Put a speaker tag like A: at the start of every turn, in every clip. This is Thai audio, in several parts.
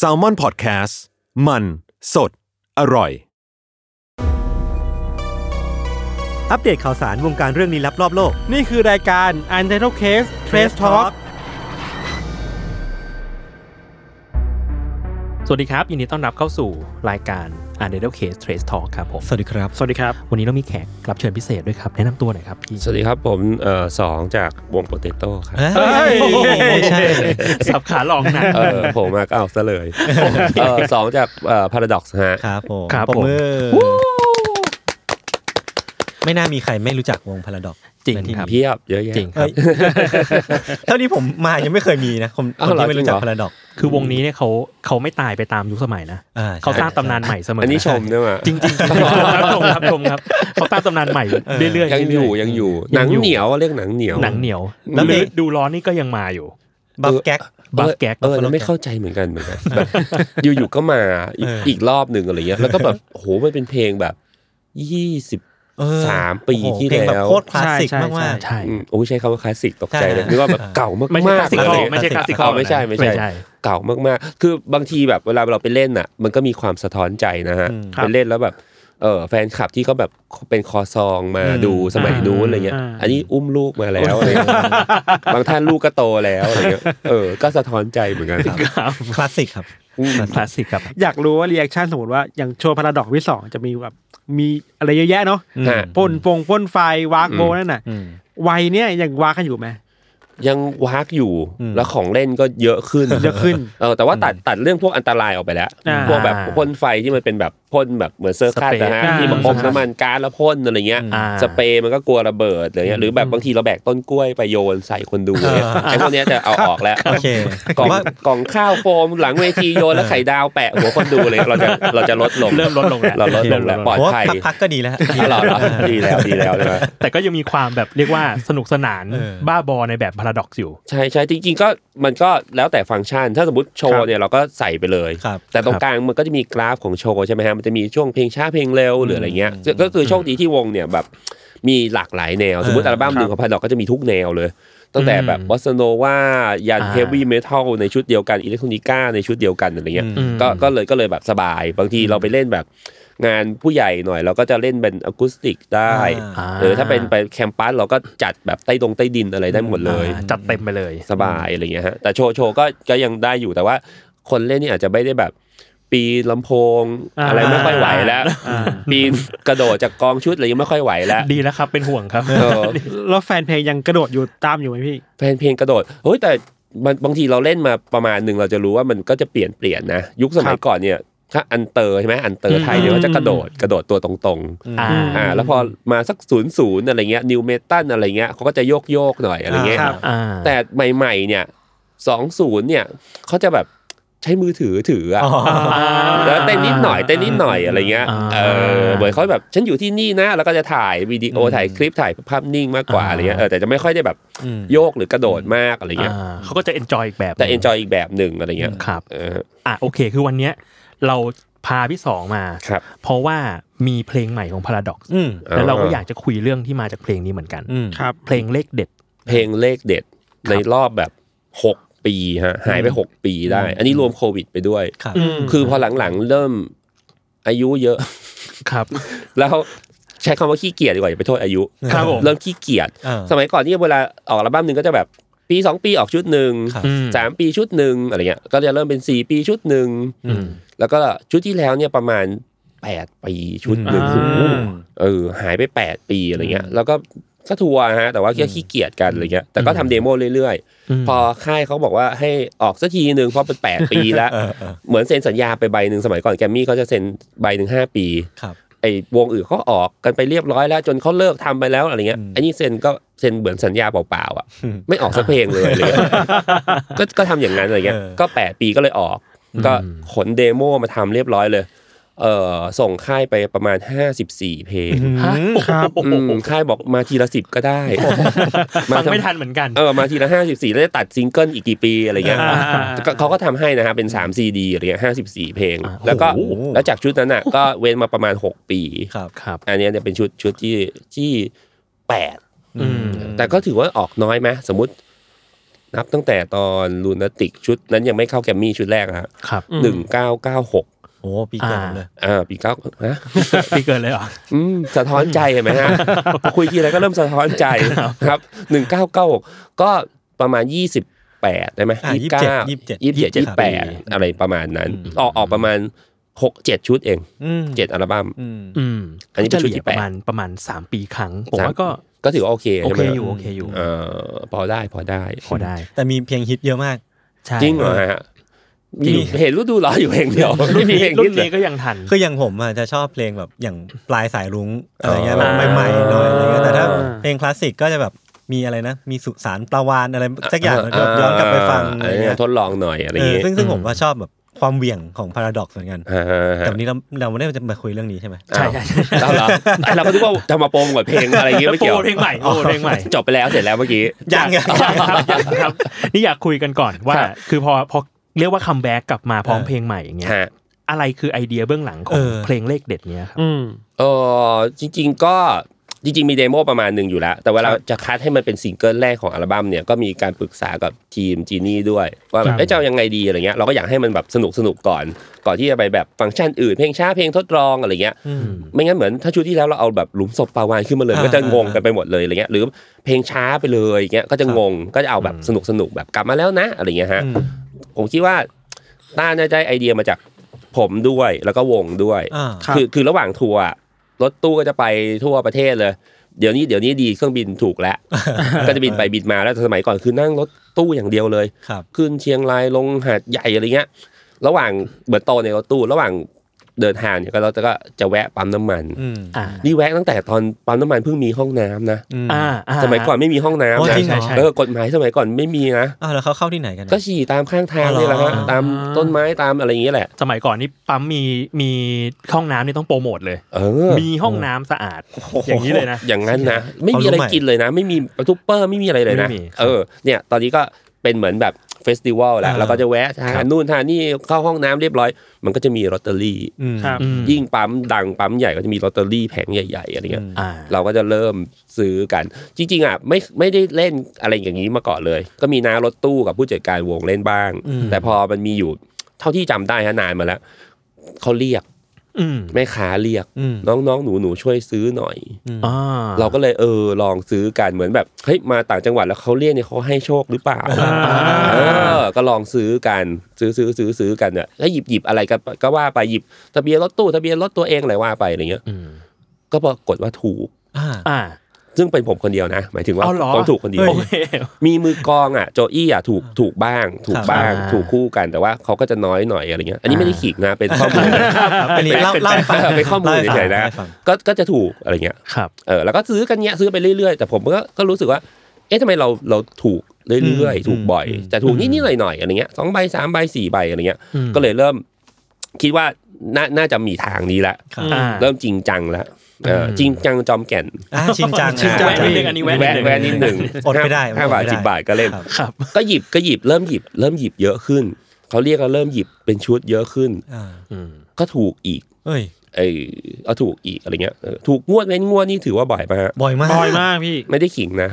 A: s a l m o n PODCAST มัน สด อร่อย
B: อัปเดตข่าวสารวงการเรื่องลี้ลับรอบโลก
C: นี่คือรายการ u n t i t l e Case Trace Talk
D: สวัสดีครับ ยินดีต้อนรับเข้าสู่รายการ u n d e r t a l e Case Trace Talk ครับผม
B: สวัสดีครับ
C: สวัสดีครับ
D: วันนี้เรามีแขกรับเชิญพิเศษด้วยครับ แนะนำตัวหน่อยครับพี่
E: สวัสดีครับ ผมเอ่อสองจากวงโปเตโต้ครับ
B: เฮ้ยไม่ใช่
D: สับขาหลองหนะ
E: เออผมมาก็เอาซะเลยเออสองจากเอ่อพาราด็อกซ์ฮะ
B: ครับผม
D: ครับ
B: ปร
D: ผม
B: มือไม่น่ามีใครไม่รู้จักวงพาราดอก
D: จริงครับ
E: เพียบเยอะแยะ
D: จริงครับ
B: เอ้ยเท่านี้ผมมายังไม่เคยมีนะคน
E: เอา
B: คน
E: เหรอ
B: ที่ไม่รู้จัก
E: จริงเหรอ
B: พาราดอก
D: คือวงนี้เนี่ยเขาเขาไม่ตายไปตามยุคสมัยนะ
B: อ่
D: เขาสร้าง
B: ใช่
D: ตำนานใหม่เสมอ
E: อั
D: อั
E: นนี้ชมด้วยมั้ย
D: จริงๆจริงๆครับชมครับชมครับเขาสร้างตำนานใหม่เรื่อยๆเรื่อๆ
E: ยังอยู่ยังอยู่ หนังเหนียวอะเรียกหนังเหนียว
D: หนังเหนียว
E: แล้ว
D: หรือดูร้อนนี่ก็ยังมาอยู่
B: บัฟแก๊ก
D: บัฟแก๊ก
E: เออเราไม่เข้าใจเหมือนกันเหมือนกันแบบอยู่ๆก็มาอีก
B: เอออี
E: ีกรอบหนึ่งอะไรเงี้ยแล้วก็แบบโหมันเป็นเพลงแบบยี่สิบ
B: เออ
E: สามปี
B: โอ้โห
E: ที่
B: เพลงบบ
E: แล้ว
B: โคตรคลาสสิก
C: ใช่ใช่
B: มาก
D: ใช่
E: โอ้ยใช้คำว่าคลาสสิกตกใจเลย
B: ใช่
E: นึกว่าแบบเก่ามากๆ
D: ไม่ใช่คลาสสิกไม่ใช่คลาสสิก
E: อะไรเงี้ยอ๋อไม่ใช่ไม่ใช่ เก่ามากๆ คือบางทีแบบเวลาเราไปเล่นน่ะ มันก็มีความสะท้อนใจนะฮะ
B: อืม
E: ไปเล่นแล้วแบบ เออแฟนคลับที่เขาแบบเป็นคอซองมา
B: อืม
E: ดูสมัยนู้นอะไรเงี้ย อันนี้อุ้มลูกมาแล้วอะไรเงี้ยบางท่านลูกก็โตแล้วอะไรเงี้ย เออ ก็สะท้อนใจเหมือนกันครั
D: ครั
E: บ
D: บ
B: ๆคลาสสิกครับ
E: อืม
D: คลาสสิกครับ
C: อยากรู้ว่าเรีแอคชั่นสมมติว่า อย่างโชว์พาราดอกวิสองจะมีแบบมีอะไรเยอะแยะเนาะ
B: อืม
E: ฮะ
C: พ่นปงพ่นไฟวากโบ
E: อืม
C: นั่นน่ะ
B: อืม
C: วัยเนี่ยยังวากกันอยู่ไหม
E: ยังวากอยู่
B: อืม
E: แล้วของเล่นก็เยอะขึ้น
C: เยอะขึ้น
E: เออแต่ว่าตัดตัดเรื่องพวกอันตรายออกไปแล้ว
C: อ่า
E: พวกแบบพ่นไฟที่มันเป็นแบบพ่นแบบเหมือนเซอร์คัสนะฮะ
C: สเปรย์
E: ที่มัน
C: อ่า
E: พกน้ำมันก๊าซแล้วพ่นอะไรเงี้ย
D: อ่า
E: สเปรย์มันก็กลัวระเบิดอะไรเงี้ยหรือแบบบางทีเราแบกต้นกล้วยไปโยนใส่คนดูเนี่ยไอ้พวกเนี้ยจะเอาออกแล้ว
B: โอเค
E: กล่อง
B: ว่า
E: กล่องข้าวโฟมหลังเวทีโยนแล้วไข่ดาวแปะหัวคนดูเลยเราจะเราจะลดลง
D: เริ่มลดลงแล้ว
E: เราลดลง
D: เริ่มล
E: แล้ว
D: ดลง
E: ปลอด
B: โอ้
E: ภัย
B: พักๆก็ดีแล้ว
E: อ๋อเหรอเหรอดี แล้วดีแล้วใช่ไหม
D: แต่ก็ยังมีความแบบเรียกว่าสนุกสนาน
B: เออ
D: บ้าบอในแบบพาราดอกซ์อยู่
E: ใช่ใช่จริงๆก็มันก็แล้วแต่ฟังก์ชัน ถ้าสมมติโช
C: ครั
E: ว์
C: บ
E: เนี่ยเราก็ใส่ไปเลย
B: ครับ
E: แต่ตร
D: ค
E: ง
D: รับ
E: กลางมันก็จะมีกราฟของโชว์ใช่ไหมฮะมันจะมีช่วงเพลงช้าเพลงเร็วหรืออะไรเงี้ยซึ่งก็คือโชคดีที่วงเนี่ยแบบมีหลากหลายแนว สมมติอัลบั้มหนึ่งของพันดอกก็จะมีทุกแนวเลย ตั้งแต่แบบบอสโนวายัน
D: อ่า
E: เฮฟวี่เมทัลในชุดเดียวกันอิเล็กทรอนิก้าในชุดเดียวกันอะไรเงี้ย
D: อืม
E: ก็ก็เลยก็เลยแบบสบาย บางทีเราไปเล่นแบบงานผู้ใหญ่หน่อย เราก็จะเล่นเป็นอะคูสติกได้
B: อ่า
E: หรือถ้าเป็นไปแคมปัสเราก็จัดแบบใต้ดงใต้ดินอะไรได้หมดเลย
D: อ่าจัดเต็มไปเลย
E: สบายอะไรเงี้ยฮะแต่โชว์โชว์ก็ก็ยังได้อยู่แต่ว่าคนเล่นนี่อาจจะไม่ได้แบบ ปีนลำโพง
C: อ่า
E: อะไรไม่ค่อยไหวแล้ว ปีนกระโดดจากกองชุดอะไรยังไม่ค่อยไหวแล้ว
D: ดีแล้วครับ เป็นห่วงครับ
E: เออ
C: แล้วแฟนเพลงยังกระโดดอยู่ตามอยู่ไหมพี่
E: แฟนเพลงกระโดดเฮ้ยแต่มันบางทีเราเล่นมาประมาณหนึ่งเราจะรู้ว่ามันก็จะเปลี่ยนเปลี่ยนนะ ยุคสมัยก่อนเนี่ยถ้าอันเตอร์ใช่ไหมอันเตอร์ไทยเนี่ยก็จะกระโดดกระโดดตัวตรงๆ
D: อ่า
E: อ่าแล้วพอมาสักศูนย์ศูนย์อะไรเงี้ยนิวเมตันอะไรเงี้ยเขาก็จะโยกโยกๆหน่อยอะไรเงี้ย
C: ครับ
D: อ่า
E: แต่ใหม่ๆเนี่ยสองศูนย์เนี่ยเขาจะแบบใช้มือถือถืออะ
B: อ๋อ
E: แล้วเต้นนิดหน่อยเต้นนิดหน่อยอะไรเงี้ย
D: อ่า
E: เออเหมือนเขาแบบฉันอยู่ที่นี่นะ แล้วก็จะถ่ายวิดีโอ
B: อืม
E: ถ่ายคลิปถ่ายภาพนิ่งมากกว่า
D: อ่า
E: อะไรเงี้ยเออแต่จะไม่ค่อยได้แบบ
B: อืม
E: โยกหรือกระโดดมากอะไรเงี้ย
D: อ่าเขาก็จะ enjoy อีกแบบ
E: แต่ enjoy อีกแบบหนึ่งอะไรเงี้ย
D: ครับ
E: เออ
D: อ่ะโอเค คือวันเนี้ยเราพาพี่สองมา
E: ครับ
D: เพราะว่ามีเพลงใหม่ของ Paradox
B: อืม
E: อ่า
D: แล้วเราก็อยากจะคุยเรื่องที่มาจากเพลงนี้เหมือนกัน
B: อืม
C: ครับ
D: เพลงเลขเด็ด
E: เพลงเลขเด็ดในรอบแบบหกปีฮะหายไปหกปีได้ อันนี้รวมโควิดไปด้วย
B: ครับ
E: คือพอหลังๆเริ่มอายุเยอะ
D: ครับ
E: แล้วใช้คำว่าขี้เกียจดีกว่าอย่าไปโทษอายุ
D: ครับผม
E: เริ่มขี้เกียจ
B: เออ
E: สมัยก่อนนี่เวลาออกอัลบั้มหนึ่งก็จะแบบปีสองปีออกชุดหนึ่ง
B: ครับ
D: อืม
E: สามปีชุดหนึ่งอะไรเงี้ยก็จะเริ่มเป็นสี่ปีชุดหนึ่ง
D: อืม
E: แล้วก็ชุดที่แล้วเนี่ยประมาณแปดปีชุดหนึ่ง
C: อ่า
E: โอ้โหเออหายไปแปดปีอะไรเงี้ยแล้วก็ก็ทัวร์ฮะแต่ว่าแค่ขี้เกียจกันอะไรเงี้ยแต่ก็ทำเดโมเรื่อย
D: อืม
E: ๆ พอค่ายเขาบอกว่าให้ออกสักทีหนึ่งเพราะเป็นแปดปีแล้ว
B: เออเออ
E: เหมือนเซ็นสัญญาไปใบหนึ่งสมัยก่อนแกรมมี่เขาจะเซ็นใบหนึ่งห้าปี
B: ครับ
E: ไอ้วงอื่นเขาออกกันไปเรียบร้อยแล้ว จนเขาเลิกทำไปแล้วอะไรเงี้ยอันนี้เซ็นก็เซ็นเหมือนสัญญาเปล่าๆอ่ะไม่ออกสักเพลงเลยอะไรเลยก็ก็ทำอย่างนั้นอะไรเงี้ย ก็แปดปีก็เลยออก ก็ขนเดโมมาทำเรียบร้อยเลย เออส่งค่ายไปประมาณ 54 เพลง
C: ครับ
E: อืมค่ายบอกมาทีละสิบก็ได้
D: ฟังไม่ทันเหมือนกัน
E: เออมาทีละห้าสิบสี่แล้วจะตัดซิงเกิลอีกกี่ปีอะไรเงี้ย
D: อ่า
E: ก็เขาก็ทำให้นะฮะเป็นสามซีดีอะไรเงี้ยห้าสิบสี่เพลง
D: อ่า
E: แล้วก็
B: โอ้โห
E: แล้วจากชุดนั้นอ่ะ ก็เว้นมาประมาณหกปี
B: ครับ
D: ครับ
E: อันเนี้ยเนี่ยเป็นชุดชุดที่ที่แปด
D: อืม
E: แต่ก็ถือว่าออกน้อยไหมสมมตินับตั้งแต่ตอนลูนติกชุดนั้นยังไม่เข้าแกรมมี่ชุดแรกอะฮะ
D: ครับ
E: หนึ่งเก้าเก้าหก
B: โอ้ปีก่อนเลย
E: อ่าปีเก้าฮะ
D: พี่เกินเลยเหรอ
E: อืมสะท้อนใจเห็นไหมฮะ พอคุยทีไรก็เริ่มสะท้อนใจครับหนึ่งเก้าเก้าก็ประมาณยี่สิบแปดได้ไหม
B: อ่ะ27 27
E: ยี่สิบเจ็ดยี่สิบแปด
B: 27
E: อะไรประมาณนั้น ออกออกประมาณหกเจ็ดชุดเอง
B: อืม
E: เจ็ดอัลบั้ม
B: อืม
D: อืม
E: อันนี้เป็นชุดที่
D: ป
E: แป
D: ระ
E: ด
D: มาณประมาณสามปีครั้ง ผม
E: สาม
D: ว่าก็
E: ก็ถือว่าโอเค
D: โอ
E: ใช่ไห
D: เค
E: ม
D: อยู่โอเคอยู่
E: เออพอได้พอได้
D: พอได้
B: แต่มีเพลงฮิตเยอะมาก
D: ใช่
E: จริงเหรอฮะ
D: จริง
E: มีเห็นรู้ดูเหรออยู่เพลงเดียว
D: รุ่น
E: ไม่มี
D: นี้
E: เพลง
D: รุ่
E: ฮิ
D: น
E: ตเลย
D: นี้ก็ยังทัน
B: คืออย่างผมอ่ะจะชอบเพลงแบบอย่างปลายสายรุ้งอะไรเงี้ย
E: อ๋
B: แบ
E: อ
B: บใหม่ๆหน่อยอะไรเงี้ยแต่ถ้า
C: อ่า
B: เพลงคลาสสิกก็จะแบบมีอะไรนะ มีสุสานปลาวานอะไรสักอย่างแล้วก็ย้อนกลับไปฟังอะไร
E: เออ
B: เงี้ย
E: ทดลองหน่อยอะไรอ
B: เอย่างอ
E: เงี้ย
B: ซึ่งซึ่งผมว่าชอบแบบความเหวี่ยงของพาราดอกเหมือนกัน
E: อ่าฮะ
B: แต่วันนี้เราเราไม่ได้จะมาคุยเรื่องนี้ใช่ไหม
D: ใช่ใช่ใช่
E: เราเหรอเราก็นึกว่าจะมาโปรโมทเพลงอะไรอย่างเงี้ยไม่เกี่ยว
D: โปรเพลงใหม่โปรเพลงใหม่
E: จบไปแล้วเสร็จแล้วเมื่อกี้
B: ยังยัง
D: ใช่ครับใช่ครับนี่อยากคุยกันก่อนว่า
E: ครับ
D: คือพอพอเรียกว่าคัมแบ็กกลับมาพร้อม
B: เออ
D: เพลงใหม่อย่างเงี้ย
E: ฮะ
D: อะไรคือไอเดียเบื้องหลังขอ
B: เอง อ
D: เพลงเลขเด็ดเนี้ยครับ
C: อืม
E: เออจริง ๆ ก็จริง ๆ มีเดโมประมาณหนึ่งอยู่แล้ว แต่เวลาจะคัดให้มันเป็นซิงเกิลแรกของอัลบั้มเนี่ยก็มีการปรึกษากับทีมจีนี่ด้วย ว่าแบ
C: ครับ บ
E: เอ๊ะจะเอายังไงดีอะไรเงี้ยเราก็อยากให้มันแบบสนุกสนุกๆก่อน ก่อนที่จะไปแบบฟังก์ชันอื่นเพลงช้าเพลงทดลองอะไรเงี้ย ไม่งั้นเหมือนถ้าชุดที่แล้วเราเอาแบบหลุมศพปลาวานขึ้นมาเลย
B: อ่า
E: ก็จะงงกันไปหมดเลยอะไรเงี้ยหรือเพลงช้าไปเลยอย่างเงี้ยก็จะงงก็จะเอาแบบสนุกสนุกๆแบบกลับมาแล้วนะอะไรเงี้ยฮะ
B: อืม
E: ผมคิดว่าต้าน่าจะได้ไอเดียมาจากผมด้วยแล้วก็วงด้วย
B: อ่า
C: ครับ
E: คือคือระหว่างทัวร์อะรถตู้ก็จะไปทั่วประเทศเลย เดี๋ยวนี้เดี๋ยวนี้ดีเครื่องบินถูกแล้ว ก็จะบินไปบินมาแล้วแต่สมัยก่อนคือนั่งรถตู้อย่างเดียวเลย
B: ครับ
E: ขึ้นเชียงรายลงหาดใหญ่อะไรเงี้ย ระหว่างเบิร์ตโตในรถตู้ ระหว่างเดินทางเนี่ยก็เราจะก็จะแวะปั๊มน้ำมัน
B: อืม
D: อ่า
E: นี่แวะตั้งแต่ตอนปั๊มน้ำมันเพิ่งมีห้องน้ำนะ
B: อืม
D: อ่าา
E: สมัยก่อนไม่มีห้องน้ำ
B: โอ้
E: นะ
B: จริงเหรอ
E: เออกฎหมายสมัยก่อนไม่มีนะ
B: อ้าวแล้วเขาเข้าที่ไหนกันอะ
E: ก็ฉี่ตามข้างทาง
B: อ๋อเหรอ
E: นี่แหละฮะตาม
D: อ่า
E: ต้นไม้ตามอะไรอย่างเงี้ยแหละ
D: สมัยก่อนนี่ปั๊มมีมีห้องน้ำนี่ต้องโปรโมทเลย
E: เออ
D: มีห้องน้ำสะอาด อย่างนี้เลยนะ
E: อย่างนั้นนะ ไม่มีอะไรกินเลยนะ ไม่มีทุปเปอร์ไม่มีอะไรเลยนะ
D: ไม่มีครับ
E: เออเนี่ยตอนนี้ก็เป็นเหมือนแบบเฟสติวัลแหละ
B: อ่า
E: เราก็จะแวะทานนู่นทานนี่เข้าห้องน้ำเรียบร้อย มันก็จะมีลอตเตอรี่
B: อืม
C: ครับ
D: อืม
E: ยิ่งปั๊มดังปั๊มใหญ่ก็จะมีลอตเตอรี่แผงใหญ่ๆอะไรเงี้ย
D: อ่า
E: เราก็จะเริ่มซื้อกัน จริงๆอ่ะไม่ไม่ได้เล่นอะไรอย่างนี้มาก่อนเลย ก็มีน้ารถตู้กับผู้จัดการวงเล่นบ้าง
B: อืม
E: แต่พอมันมีอยู่เท่าที่จำได้ฮะนานมาแล้วเขาเรียก
D: อืม
E: แม่ค้าเรียก
B: อืม
E: น้องๆหนูหนูๆช่วยซื้อหน่อย
D: อ่า
E: เราก็เลยเออลองซื้อกันเหมือนแบบเฮ้ยมาต่างจังหวัดแล้วเขาเรียกเนี่ยเขาให้โชคหรือเปล่าเออก็ลองซื้อกันซื้อซื้อซื้อซื้อกันเนี่ยแล้วหยิบหยิบอะไรก็ก็ว่าไปหยิบทะเบียนรถตู้ทะเบียนรถตัวเองอะไรว่าไปอะไรเงี้ย
D: อืม
E: ก็ปรากฏว่าถูก
B: อ่า
D: อ่า
E: ซึ่งเป็นผมคนเดียวนะ หมายถึงว่า
D: เอาเหรอ
E: ผมถูกคนเดียว
D: โอเค
E: มีมือกลองอ่ะโจอี้อ่ะถูกถูกบ้าง ถูกบ้าง
D: อ่า
E: ถูกคู่กันแต่ว่าเขาก็จะน้อยหน่อยอะไรเงี้ยอันนี้ไม่ได้ขิงนะเป็นข้อมูล
B: อันนี้เล่าเล่าให้ฟัง
E: เป็นข้อมูลเฉยๆ
B: ล่า
E: นะ
B: ให้ฟัง
E: ก็ก็จะถูกอะไรเงี้ย
D: ครับ
E: เออแล้วก็ซื้อกันเนี้ยซื้อไปเรื่อยๆ แต่ผมก็ก็รู้สึกว่า เอ๊ะทำไมเราเราถูกเรื่อย
B: อืม
E: ๆ ถูกบ่อย
B: อืม
E: แต่ถูกนิดๆหน่อยๆอะไรเงี้ยสองใบสามใบสี่ใบอะไรเงี้ย
D: อืม
E: ก็เลยเริ่มคิดว่าน่าน่าจะมีทางนี้ละ
B: ครับ
D: อ่า
E: เริ่มจริงจังละเอออ
D: ม
E: จริงจังจอมแก่น
B: อ่าชิงจัง
C: ชิงจัง
B: อ่า
D: แวะนิดนึงอันนี้แวะนิดนึง
E: แวะแวะนิดหนึ่ง
B: อดไม่ได้
E: ห้าบาท
B: อดไม่ได้
E: สิบบาทก็เล่น
B: ครับ
D: ครับ
E: ก็หยิบก็หยิบเริ่มหยิบเริ่มหยิบเยอะขึ้นเขาเรียกก็เริ่มหยิบเป็นชุดเยอะขึ้น
B: อ่า
D: อืม
E: ก็ถูกอีก
B: เอ้ย
E: เออเอาถูกอีกอะไรเงี้ยเออถูกงวดเว้นงวดนี่ถือว่าบ่อยมาก
B: บ่อยมาก
C: บ่อยมากพี่
E: ไม่ได้ขิงนะ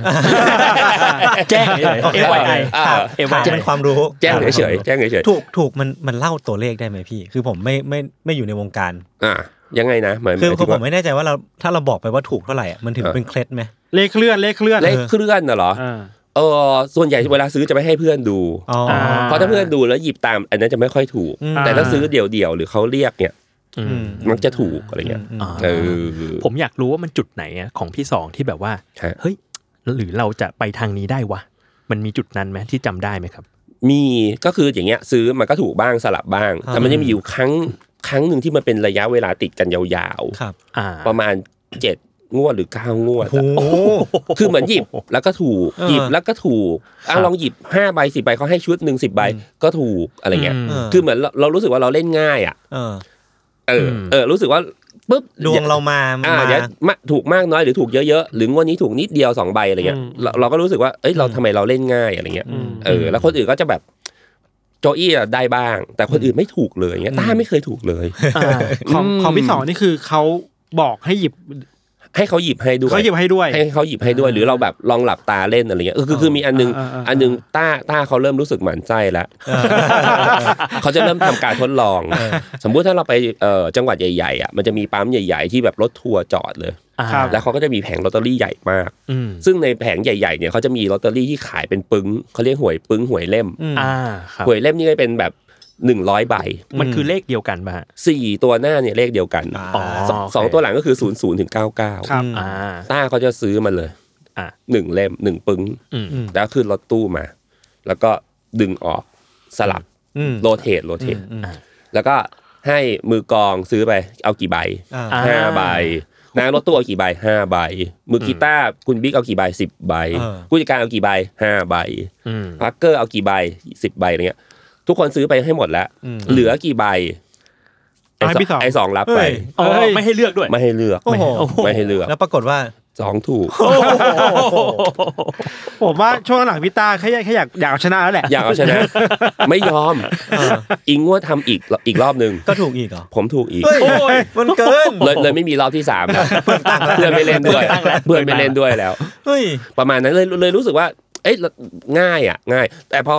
D: แจ้งเลย FYI
E: อ่า
B: ถาม
D: เอวา
B: ถามเป็นความรู้
E: แจ้งเฉยๆแจ้งเฉยๆ
B: ถูกถูกมันมันเล่าตัวเลขได้ไหมพี่ คือผมไม่ไม่ไม่อยู่ในวงการ
E: อ่ะยังไงนะเหมือน
B: คือ
E: หาย
B: คื
E: ถึ
B: อง ผ
E: ว่าม
B: ไม่แน่ใจว่าเราถ้าเราบอกไปว่าถูกเท่าไหร่อะมันถึงเป็นเคล็ดไหม
C: เลขเคลื่อนเลขเคลื่อน
E: เลขเคลื่อนน่ะเหรอ
C: อ่า
E: เออส่วนใหญ่เวลาซื้อจะไม่ให้เพื่อนดู
B: อ๋อ
C: า
E: เพราะถ้าเพื่อนดูแล้วหยิบตาม อันนั้นจะไม่ค่อยถูก
B: อืม
E: แต่ถ้าซื้อเดี่ยวๆหรือเขาเรียกเนี่ย
D: อืม
E: มักจะถูกอะไรเงี้ย
B: มม
D: อ่า
E: เออ
D: ผมอยากรู้ว่ามันจุดไหนอะของพี่สองที่แบบว่า
E: ฮะ
D: เฮ้ย หรือเราจะไปทางนี้ได้วะ มันมีจุดนั้นไหมที่จำได้ไหมครับ
E: มีก็คืออย่างเงี้ยซื้อมันก็ถูกบ้างสลับบ้าง แต่มันจะมีอยู่ครั้ง ครั้งหนึ่งที่มันเป็นระยะเวลาติดกันยาว
B: ครับ
D: อ่า
E: ๆ ประมาณเจ็ดงวดหรือเก้างวด
B: โอ้
E: อะ
B: โห
E: คือเหมือนหยิบแล้วก็ถูก
B: เออ
E: หยิบแล้วก็ถูกอ่ะลองหยิบห้าใบสิบใบเขาให้ชุดหนึ่งสิบใบก็ถูกอะไรเงี้ย
B: เ
E: คือเหมือนเราเรารู้สึกว่าเราเล่นง่ายอ่ะ
B: เออ
E: เออเออรู้สึกว่าปุ๊บ
B: ดวงเรามา
E: อ่า
B: มา
E: เดี๋ยวมาถูกมากน้อยหรือถูกเยอะๆหรืองวดนี้ถูกนิดเดียวสองใบอะไรเงี้ย
C: อืม
E: เราเราก็รู้สึกว่าเอ้ยเราทำไมเราเล่นง่ายอะไรเงี้ย
C: อืม
E: เออแล้วคนอื่นก็จะแบบโจอี้อะได้บ้าง แต่คนอื่นไม่ถูกเลยเงี้ยต้าไม่เคยถูกเลย
C: อ่าของ
E: อืม
C: ของพี่สองนี่คือเขาบอกให้หยิบ
E: ให้เขาหยิบให้ด้วย
C: เขาหยิบให้ด้วย
E: ให้เขาหยิบให้ด้วยหรือเราแบบลองหลับตาเล่นอะไรเงี้ยเออคือคือมีอันนึง
C: อ่าอ่าอ่า
E: อันนึงต้าต้าเขาเริ่มรู้สึกหมันไส้แล้วเขาจะเริ่มทำการทดลอง สมมุติถ้าเราไปเอ่อจังหวัดใหญ่ๆอ่ะมันจะมีปั๊มใหญ่ ๆ ที่แบบรถทัวร์จอดเลย
D: อ่า
C: ครับ
E: แล้วเขาก็จะมีแผงลอตเตอรี่ใหญ่มาก
D: อืม
E: ซึ่งในแผงใหญ่ๆเนี่ยเขาจะมีลอตเตอรี่ที่ขายเป็นปึ้งเขาเรียกหวยปึ้งหวยเล่ม
D: อ่าครับ
E: หวยเล่มนี่ก็เป็นแบบหนึ่งร้อยใบ
D: มันคือเลขเดียวกันป่ะฮะ
E: สี่ตัวหน้าเนี่ยเลขเดียวกัน
B: อ่า
D: อ๋อ
E: สองสองตัวหลังก็คือศูนย์ศูนย์ถึงเก้าเก้า
C: ครับ
D: อ่า
E: ต้าเขาจะซื้อมันเลย
D: อ่ะ
E: หนึ่งเล่มหนึ่งปึ้ง
D: อืม
E: แล้วขึ้นรถตู้มา แล้วก็ดึงออกสลับ
B: อืม
E: โรเทตโรเทต
B: อืมอืม
E: แล้วก็ให้มือกลองซื้อไป เอากี่ใบ
B: อ่า
D: า
E: ห้าใบนางรถตู้เอากี่ใบห้าใบ มือกีตาร์คุณบิ๊กเอากี่ใบสิบใบผู้จัดการเอากี่ใบห้าใบ
D: อืม
E: พักเกอร์เอากี่ใบสิบใบอะไรเงี้ย ทุกคนซื้อไปให้หมดแล้ว เหลือกี่ใบไอ้
C: ให้พี่สอง
E: ไอ้สองรับไป
B: เฮ้ย
D: อ๋อ
C: เอ้ย
D: ไม่ให้เลือกด้วย
E: ไม่ให้เลือก
B: โอ้โห
E: ไม่ให้เลือก
B: แล้วปรากฏว่า
E: สองถูก
C: ผมว่าช่วงหลังพี่ต้าแค่แค่อยากอยากเอาชนะแล้วแหละ
E: อยากเอาชนะ ไม่ยอม
B: เออ
E: อิงงวดทำอีกอีกรอบหนึ่ง
B: ก็ถูกอีกเหรอ
E: ผมถูกอีก
B: เฮ้ยมันเกิน
E: เลยเลยไม่มีรอบที่สามนะเพื่อนไม่เล่นด้วยเพื่อนไม่เล่นด้วยแล้ว
B: เฮ้ย
E: ประมาณนั้นเลยเลยรู้สึกว่า เอ้ยง่ายอ่ะ ง่าย แต่พอ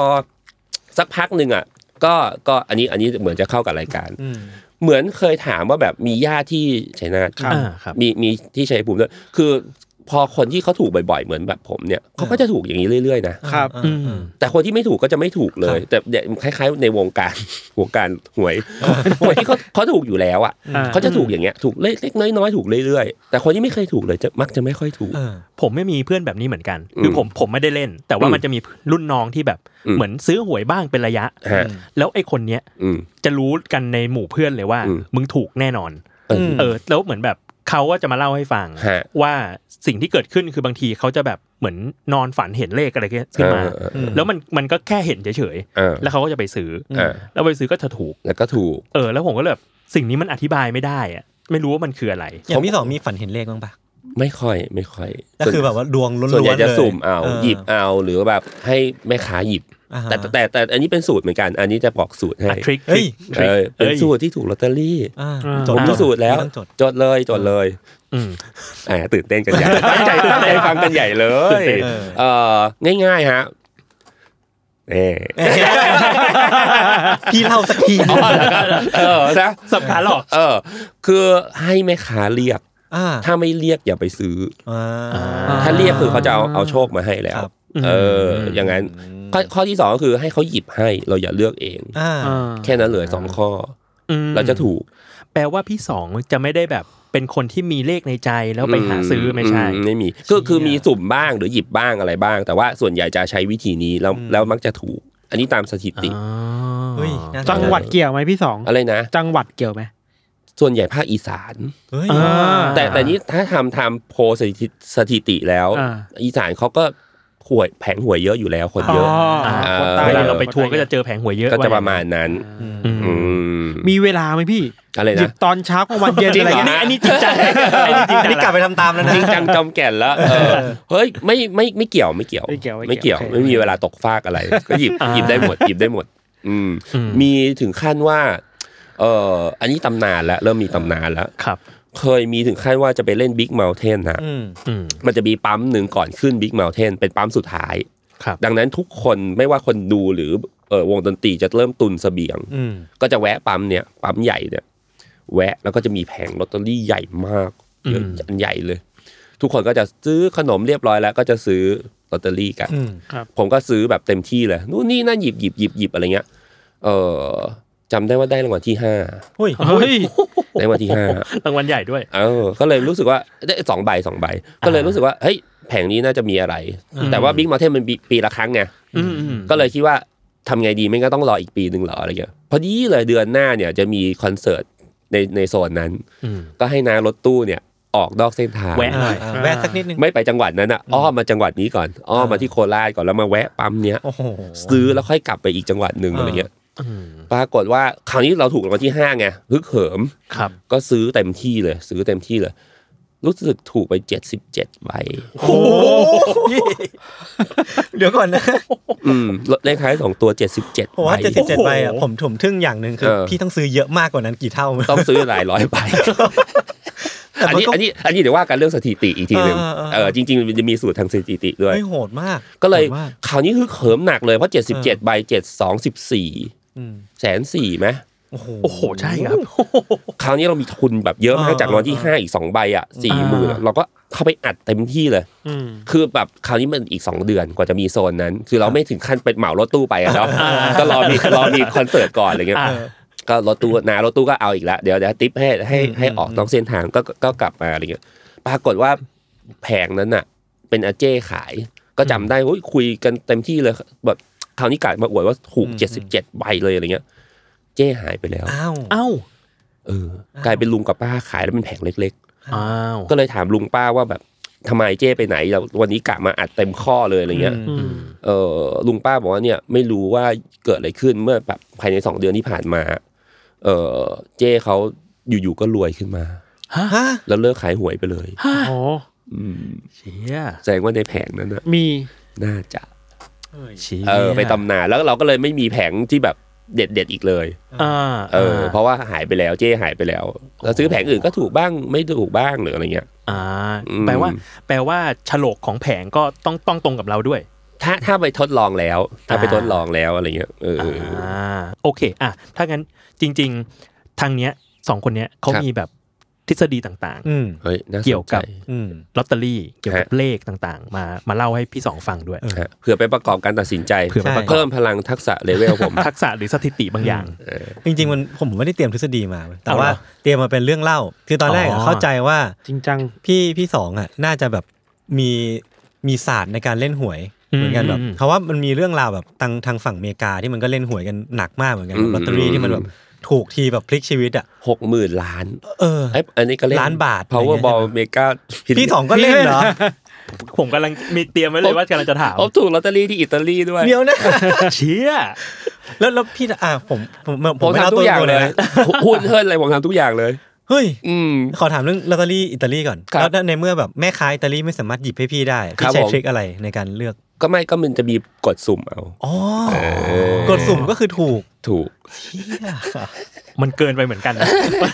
E: สักพักหนึ่งอ่ะ ก็ก็อันนี้อันนี้เหมือนจะเข้ากับรายการ
B: อืม
E: เหมือนเคยถามว่าแบบมีญาติที่ชัยนาท
D: อ่าครับ
E: มีมีที่ชัยภูมิด้วยคือพอคนที่เขาถูกบ่อยๆ เหมือนแบบผมเนี่ยเขาก็จะถูกอย่างนี้เรื่อยๆนะครับ
D: อืม
E: แต่คนที่ไม่ถูกก็จะไม่ถูกเลย แต่เนี่ยคล้ายๆ ในวงการ วงการหวยคนที่เขาเขาถูกอยู่แล้วอ่ะ
C: อ่
E: เขาจะถูกอย่างเงี้ยถูกเล็กๆน้อยๆถูกเรื่อยๆแต่คนที่ไม่เคยถูกเลยจะมักจะไม่ค่อยถูก
B: เออ
D: ผมไม่มีเพื่อนแบบนี้เหมือนกัน
E: อืม
D: คือผมผมไม่ได้เล่น แต่ว่า
E: อืม
D: มันจะมีรุ่นน้องที่แบบ
E: อืม
D: เหมือนซื้อหวยบ้างเป็นระยะ
E: ฮะ
D: แล้วไอ้คนเนี้ย
E: อืม
D: จะรู้กันในหมู่เพื่อนเลยว่า
E: อืม
D: มึงถูกแน่นอน
E: เออ
B: ม
D: เออแล้วเหมือนแบบเขาก็จะมาเล่าให้ฟัง
E: ฮะ
D: ว่าสิ่งที่เกิดขึ้นคือบางทีเขาจะแบบเหมือนนอนฝันเห็นเลขอะไรขึ้นมา
E: เออ
D: แล้วมันมันก็แค่เห็นเฉย
E: เออ
D: ๆแล้วเขาก็จะไปซื้ออ
E: เออ
D: แล้วไปซื้อก็จะถูก
E: แล้วก็ถูก
D: เออ แล้วผมก็เลยแบบสิ่งนี้มันอธิบายไม่ได้อะไม่รู้ว่ามันคืออะไร
B: อย่างพี่สองมีฝันเห็นเลขบ้างปะ
E: ไม่ค่อยไม่ค่อย
B: แล้วคือแบบว่าดวงล้วนๆ
E: ส่วนใหญ่จะ
B: ลย
E: สุ่มเอาหยิบเอาหรือแบบให้แม่ค้าหยิบ
B: อ่าฮะ
E: แต่แต่แต่แต่อันนี้เป็นสูตรเหมือนกัน อันนี้จะบอกสูตรให้
D: อ่ะทริค
B: เฮ้ย
E: เออเป็นสูตรที่ถูกลอตเตอรี่
B: อ่า
E: ผมรู้สูตรแล้ว
B: ไม่ต้องจด
E: จดเลยจดเลย
D: อืม
E: อ่าตื่นเต้นกันใหญ่ตั้งใจตั้งใจฟังกันใหญ่เล
D: ตื่
E: ย
D: นเต้น
E: เออง่ายๆฮะเออ
B: พี่เล่าสักที
E: อ๋อเหรอครับเออนะ
D: สำคัญหรอก
E: เออ คือให้แม่ค้าเรียก
B: อ่า
E: ถ้าไม่เรียกอย่าไปซื้อ
B: อ่า
D: า
E: ถ้าเรียกคือเขาจะเอาเอาโชคมาให้แล้ว
B: ครับ
E: เออ อย่างนั้นข้อข้อที่สองก็คือให้เขาหยิบให้เราอย่าเลือกเอง
B: อ่า
C: อ่า
E: แค่นั้นเลยสองข้อ
D: อืม
E: เราจะถูก
D: แปลว่าพี่สองจะไม่ได้แบบเป็นคนที่มีเลขในใจแล้วไปหาซื้อไม่ใช่
E: อืไม่มีก็คือมีสุ่มบ้างหรือหยิบบ้างอะไรบ้าง แต่ว่าส่วนใหญ่จะใช้วิธีนี้แล้วแล้วมักจะถูก อันนี้ตามสถิติ
D: อ๋อ
B: เฮ้ยน่าสนใ
C: จังหวัดเกี่ยวไหมพี่สอง
E: อะไรนะ
C: จังหวัดเกี่ยวไหม
E: ส่วนใหญ่ภาคอีสาน
B: เฮ้ย
C: อ่า
E: แต่แต่นี้ถ้าทำทำโพลสถิติสถิติแล้ว
C: อ่า
E: อีสานเขาก็หวยแผงหวยเยอะอยู่แล้วคนเยอะ
C: อ่า
E: เออ
C: คนใต้
D: เวลาเราไปทัวร์ก็จะเจอแผงหวยเยอะ
E: ก็จะประมาณนั้น
D: อื
E: อื
D: ม
E: ม
C: มีเวลาไหมพี่
E: อะไร
C: หยิ
E: นะ
C: บตอนเช้ากลางวันเย็น
E: จริง
C: อะไร
E: เหร
C: อ
E: อ
C: ย่างเงี้ย
D: อันนี้จริงจังอันนี้จริงจัง
B: นี่กลับไปทำตามแล้วนะ
E: จริงจังจอมแก่น แล้วเออเฮ้ยไม่ไม่ไม่เกี่ยวไม่เกี่ยว
C: ไม่เกี่ยว
E: ไม่เกี่ยว
C: โอค
E: ไม่มีเวลาตกฟากอะไร ก็หยิบหยิบได้หมดหยิบได้หมด อืมมีถึงขั้นว่า เอออันนี้ตำนานแล้วเริ่มมีตำนานแล้ว
D: ครับ
E: เคยมีถึงขั้นว่าจะไปเล่นบิ๊กเม t เทนฮะ
B: อืม
D: อืม
E: มันจะมีปั๊มหนึ่งก่อนขึ้นบิ๊กเม t เทนเป็นปั๊มสุดท้าย
D: ครับ
E: ดังนั้นทุกคนไม่ว่าคนดูหรือเออวงดนตรีจะเริ่มตุนเสบียง
B: อืม
E: ก็จะแวะปั๊มเนี่ยปั๊มใหญ่เนี่ยแวะแล้วก็จะมีแผงลอตเตอรี่ใหญ่มากเยอะ
D: อืม
E: อันใหญ่เลย ทุกคนก็จะซื้อขนมเรียบร้อยแล้วก็จะซื้อลอตเตอรี่กัน
B: อืม
E: ผมก็ซื้อแบบเต็มที่เลยนู่นนี่นั่นหยิบหยิบหยิบหยิบอะไรเงี้ยเออจำได้ว่าได้รางวัลที่ห้า
B: เฮ้ย
C: เฮ้ย
E: ได้รางวัลที่ห้าร
D: างวัลใหญ่ด้วย
E: เออก็เลยรู้สึกว่าได้สองใบสองใบ ก็เลยรู้สึกว่าเฮ้ยแผงนี้น่าจะมีอะไร แต่ว่าบิ๊กมาเทนมันปีปีละครั้งไง
D: อืมอืม
E: ก็เลยคิดว่า ทำไงดีไม่งั้นก็ต้องรออีกปีหนึ่งเหรออะไรเงี้ยพอดีเลยเดือนหน้าเนี่ยจะมีคอนเสิร์ตในในโซนนั้น
D: อืม
E: ก็ให้นายรถตู้เนี่ยออกนอกเส้นทาง
D: แวะ
B: อ่าอ่าแวะสักนิดนึง
E: ไม่ไปจังหวัดนั้นอ่ะอ้อมมาจังหวัดนี้ก่อนอ้อมมา
B: อ่า
E: ที่โคราชก่อนแล้วมาแวะปั๊มเนี้ย
B: โอ้โห
E: ซื้อแล้วค่อยกลับไปอีกจังหวัดหนึ่ง
B: อ่า
E: อะไรเงี้ย
D: อืม
E: ปรากฏว่าคราวนี้เราถูกรางวัลที่ห้าไงฮึกเหิม
D: ครับ
E: ก็ซื้อเต็มที่เลย ซื้อเต็มที่เลย รู้สึกถูกไปเจ็ดสิบเจ็ดใบ
B: โอ้โหเดี๋ยวก่อนนะ
E: อืมเลขท้ายสองตัวเจ็ดสิบเจ็ด
B: ผม
E: ใบ
B: ว่า77ใบอ่ะผมถมทึ่งอย่างหนึ่งคือ
E: เออ
B: พี่ต้องซื้อเยอะมากกว่านั้นกี่เท่า
E: ต้องซื้อหลายร้อยใบ
B: แต่
E: อัน
B: มัน
E: นี้
B: ก็
E: อันนี้อันนี้เดี๋ยวว่ากันเรื่องสถิติอีกทีหนึ่ง
B: เออเออเออ
E: เออจริงๆมันจะมีสูตรทางสถิติด้วย
B: ไม่โหดมาก
E: ก็เลย
B: โหดมาก
E: คราวนี้คือเขิมหนักเลยเพราะเจ็ดสิบเจ็ดใบเจ็ดสองสิบสี่
B: อืม
E: แสนสี่ไหม
B: โอ้โห
D: โอ้โห ใช่ครับ
E: คราวนี้เรามีทุนแบบเยอะมาก
B: อ่า
E: จากรางวัลที่
B: อ่า
E: ห้าอีกสองใบอ่ะสี่หมื่น
D: อ่า
E: เราก็เข้าไปอัดเต็มที่เลย
C: อืม
E: คือแบบคราวนี้มันอีก 2 เดือนกว่าจะมีโซนนั้น คือเราไม่ถึงขั้นเป็นเหมารถตู้ไปอะเนาะก็รอมีรอมีคอนเสิร์ตก่อนอะไรเงี้ย
D: อ่า
E: ก็รถตู้นารถตู้ก็เอาอีกแล้วเดี๋ยวเดี๋ยวติปให้ให้
B: อืม
E: ให้ออกนอกเส้นทางก็ก็ก็กลับมาอะไรเงี้ยปรากฏว่าแผงนั้นน่ะ เป็นอาเจ้ขายก็จำได้โอ้ยคุยกันเต็มที่เลยแบบคราวนี้กลายมาอวดว่าถูก
B: อืม
E: เจ็ดสิบเจ็ดใบเลยอะไรเงี้ย เจ้หายไปแล้ว
B: อ้าว
D: เอ้า
E: เออ กลายเป็นลุงกับป้าขายแล้วเป็นแผงเล็ก
D: อ้าว
E: ๆ ก็เลยถามลุงป้าว่าแบบทำไมเจ้ไปไหนเราวันนี้กะมาอัดเต็มข้อเลยอะไรเงี้ย
C: อืม
E: เออลุงป้าบอกว่าเนี่ยไม่รู้ว่าเกิดอะไรขึ้นเมื่อแบบภายในสองเดือนที่ผ่านมา เออเจ้เขาอยู่ๆก็รวยขึ้นมา
B: ฮะ
E: แล้วเลิกขายหวยไปเลย
C: โอ้โห
E: อืม
D: เชี่ย
E: แสดงว่าในแผงนั้นน่ะ
C: มี
E: น่าจะ
D: เชี่ย
E: เออไปตำนานแล้วเราก็เลยไม่มีแผงที่แบบเด็ดๆอีกเลย
D: อ่า
E: เออ เพราะว่าหายไปแล้วเจ้หายไปแล้วเราซื้อแผงอื่นก็ถูกบ้างไม่ถูกบ้างหรืออะไรเงี้ย
D: อ่า
E: อืม
D: แปลว่า แปลว่าฉลกของแผงก็ต้องต้องตรงกับเราด้วย
E: ถ้าถ้าไปทดลองแล้ว ถ้าไป
D: อ่า
E: ทดลองแล้วอะไรเงี้ยเอออ
D: อ่าโอเคอ่ะถ้างั้นจริง ๆ ทางเนี้ยสองคนเนี้ยเขา
E: ครับ
D: มีแบบทฤษฎีต่าง
B: อืม
E: เฮ้ยน่าส
D: ๆ
E: นใจ
D: เกี่ยวกับ
B: อืม
D: ลอตเตอรี่เกี่ยวกับ
E: ฮะ
D: เลขต่างๆ มามาเล่าให้พี่สองฟังด้วย
E: ฮะเผื่อไปประกอบการตัดสินใจ
D: เผื่อไปประกอบ
E: เพิ่มพลังทักษะเลเวลผม
D: ทักษะหรือสถิติบางอย่าง
E: เออ
B: จริงๆมันผมไม่ได้เตรียมทฤษฎีมาเว้ยแต่
D: เอาเหรอ
B: ว่าเตรียมมาเป็นเรื่องเล่า คือตอนแรก
D: อ๋
B: อะ
D: อ
B: เข้าใจว่า
C: จริงจัง
B: พี่พี่สองอ่ะน่าจะแบบมีมีศาสตร์ในการเล่นหวย เหมือนกันแบบ
D: อืม
B: เพราะว่ามันมีเรื่องราวแบบทางทางฝั่งอเมริกาที่มันก็เล่นหวยกันหนักมากเหมือนกัน
E: อืม
B: ลอตเตอรี่ที่มัน
E: อืม
B: แบบถูกทีแบบพลิกชีวิตอ่ะ
E: หกหมื่นล้าน
B: เออ
E: เอ้ยอันนี้ก็เล่น
B: ล้านบาท
E: Powerball เมกา
B: พี่สองก็เล่นเหรอ
D: ผมกำลังมีเตรียมไว้เลยว่ากำลังจะถาม
E: ผมถูกลอตเตอรี่ที่อิตาลีด้วย
B: เดียวนะ
D: เชี่ย
B: แล้วแล้วพี่อ่ะผมผมผ
E: ผม ม
B: ไม่เล่า
E: ทำทุ
B: ตัว
E: กอย่าง
B: ตัว
E: เล
B: เลย
E: ย
B: นะ
E: หุ้นเฮิร์นอะไรผมทำทุกอย่างเลย
B: เฮ้ย
E: อืม
B: ขอถามเรื่องลอตเตอรี่อิตาลีก่อน
E: ครับ
B: แล้วในเมื่อแบบแม่ค้าอิตาลีไม่สามารถหยิบให้พี่ได้
E: ครั
B: พี่
E: บ
B: ใช้
E: ผม
B: ทริคอะไรในการเลือก
E: ก็ไม่ก็มันจะมีกดสุ่มเอา
B: อ๋อ
E: เออ
B: กดสุ่มก็คือถูก
E: ถูก
D: มันเกินไปเหมือนกันนะ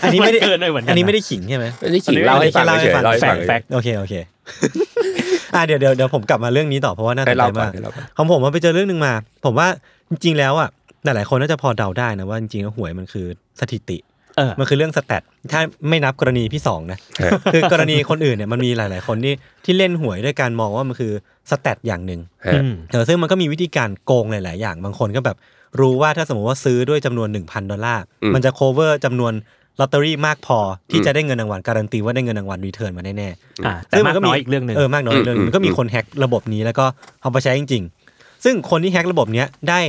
B: อันนี้ไม่ได้
D: เกินไปเหมือนกั
B: อั
D: น
B: นนี้ไม่
D: นะ
B: ได้ขิงใช่ไหม
E: ไม่ได้ขิง
B: อันนี้
E: เล่าให้ฟังเฉย
B: อันนี้
E: เล่าให้
B: แค่เล่าให้
E: ฟั
B: ฟัง
E: งเฉย
D: fact fact
B: โอเคโอเค อ่ะเดี๋ยวเดี๋ยวเดี๋ยวผมกลับมาเรื่องนี้ต่อเพราะว่าน่าส
E: ให้
B: นใจ
E: เล่าก่อ
B: มาน ก
E: ให้เล่าก่อน
B: ของผมมาไปเจอเรื่องหนึ่งมา ผมว่าจริง ๆ แล้วอ่ะหลายๆคนน่าจะพอเดาได้นะว่าจริงๆแล้วหวยมันคือสถิติ
D: เออ
B: มันคือเรื่องสแตทถ้าไม่นับกรณีพี่สองนะ คือกรณีคนอื่นเนี่ยมันมีหลาย ๆ คนที่ที่เล่นหวยด้วยการมองว่ามันคือสแตทอย่างหนึ่ง
E: ฮะ
D: อืม
B: เออซึ่งมันก็มีวิธีการโกงหลาย ๆ อย่าง บางคนก็แบบรู้ว่าถ้าสมมติว่าซื้อด้วยจำนวน 1,000 ดอลลาร์
E: อืม
B: มันจะ cover จำนวนลอตเตอรี่มากพอที่
E: อืม
B: จะได้เงินรางวัลการันตีว่าได้เงินรางวัลรีเทิร์นมาแน่
D: อ่า
B: ๆ
D: แต่
B: ซึ่
D: มากน้อยอีกเรื่องหนึ่ง
B: เออมากน้อยอีกเรื่องหนึ่ง
E: อืม
B: มันก็มี
E: อืม
B: คนแฮกระบบนี้แล้วก็เอาไปใช้จริง ๆ ซึ่งคนที่แฮกระบบเนี้ยได้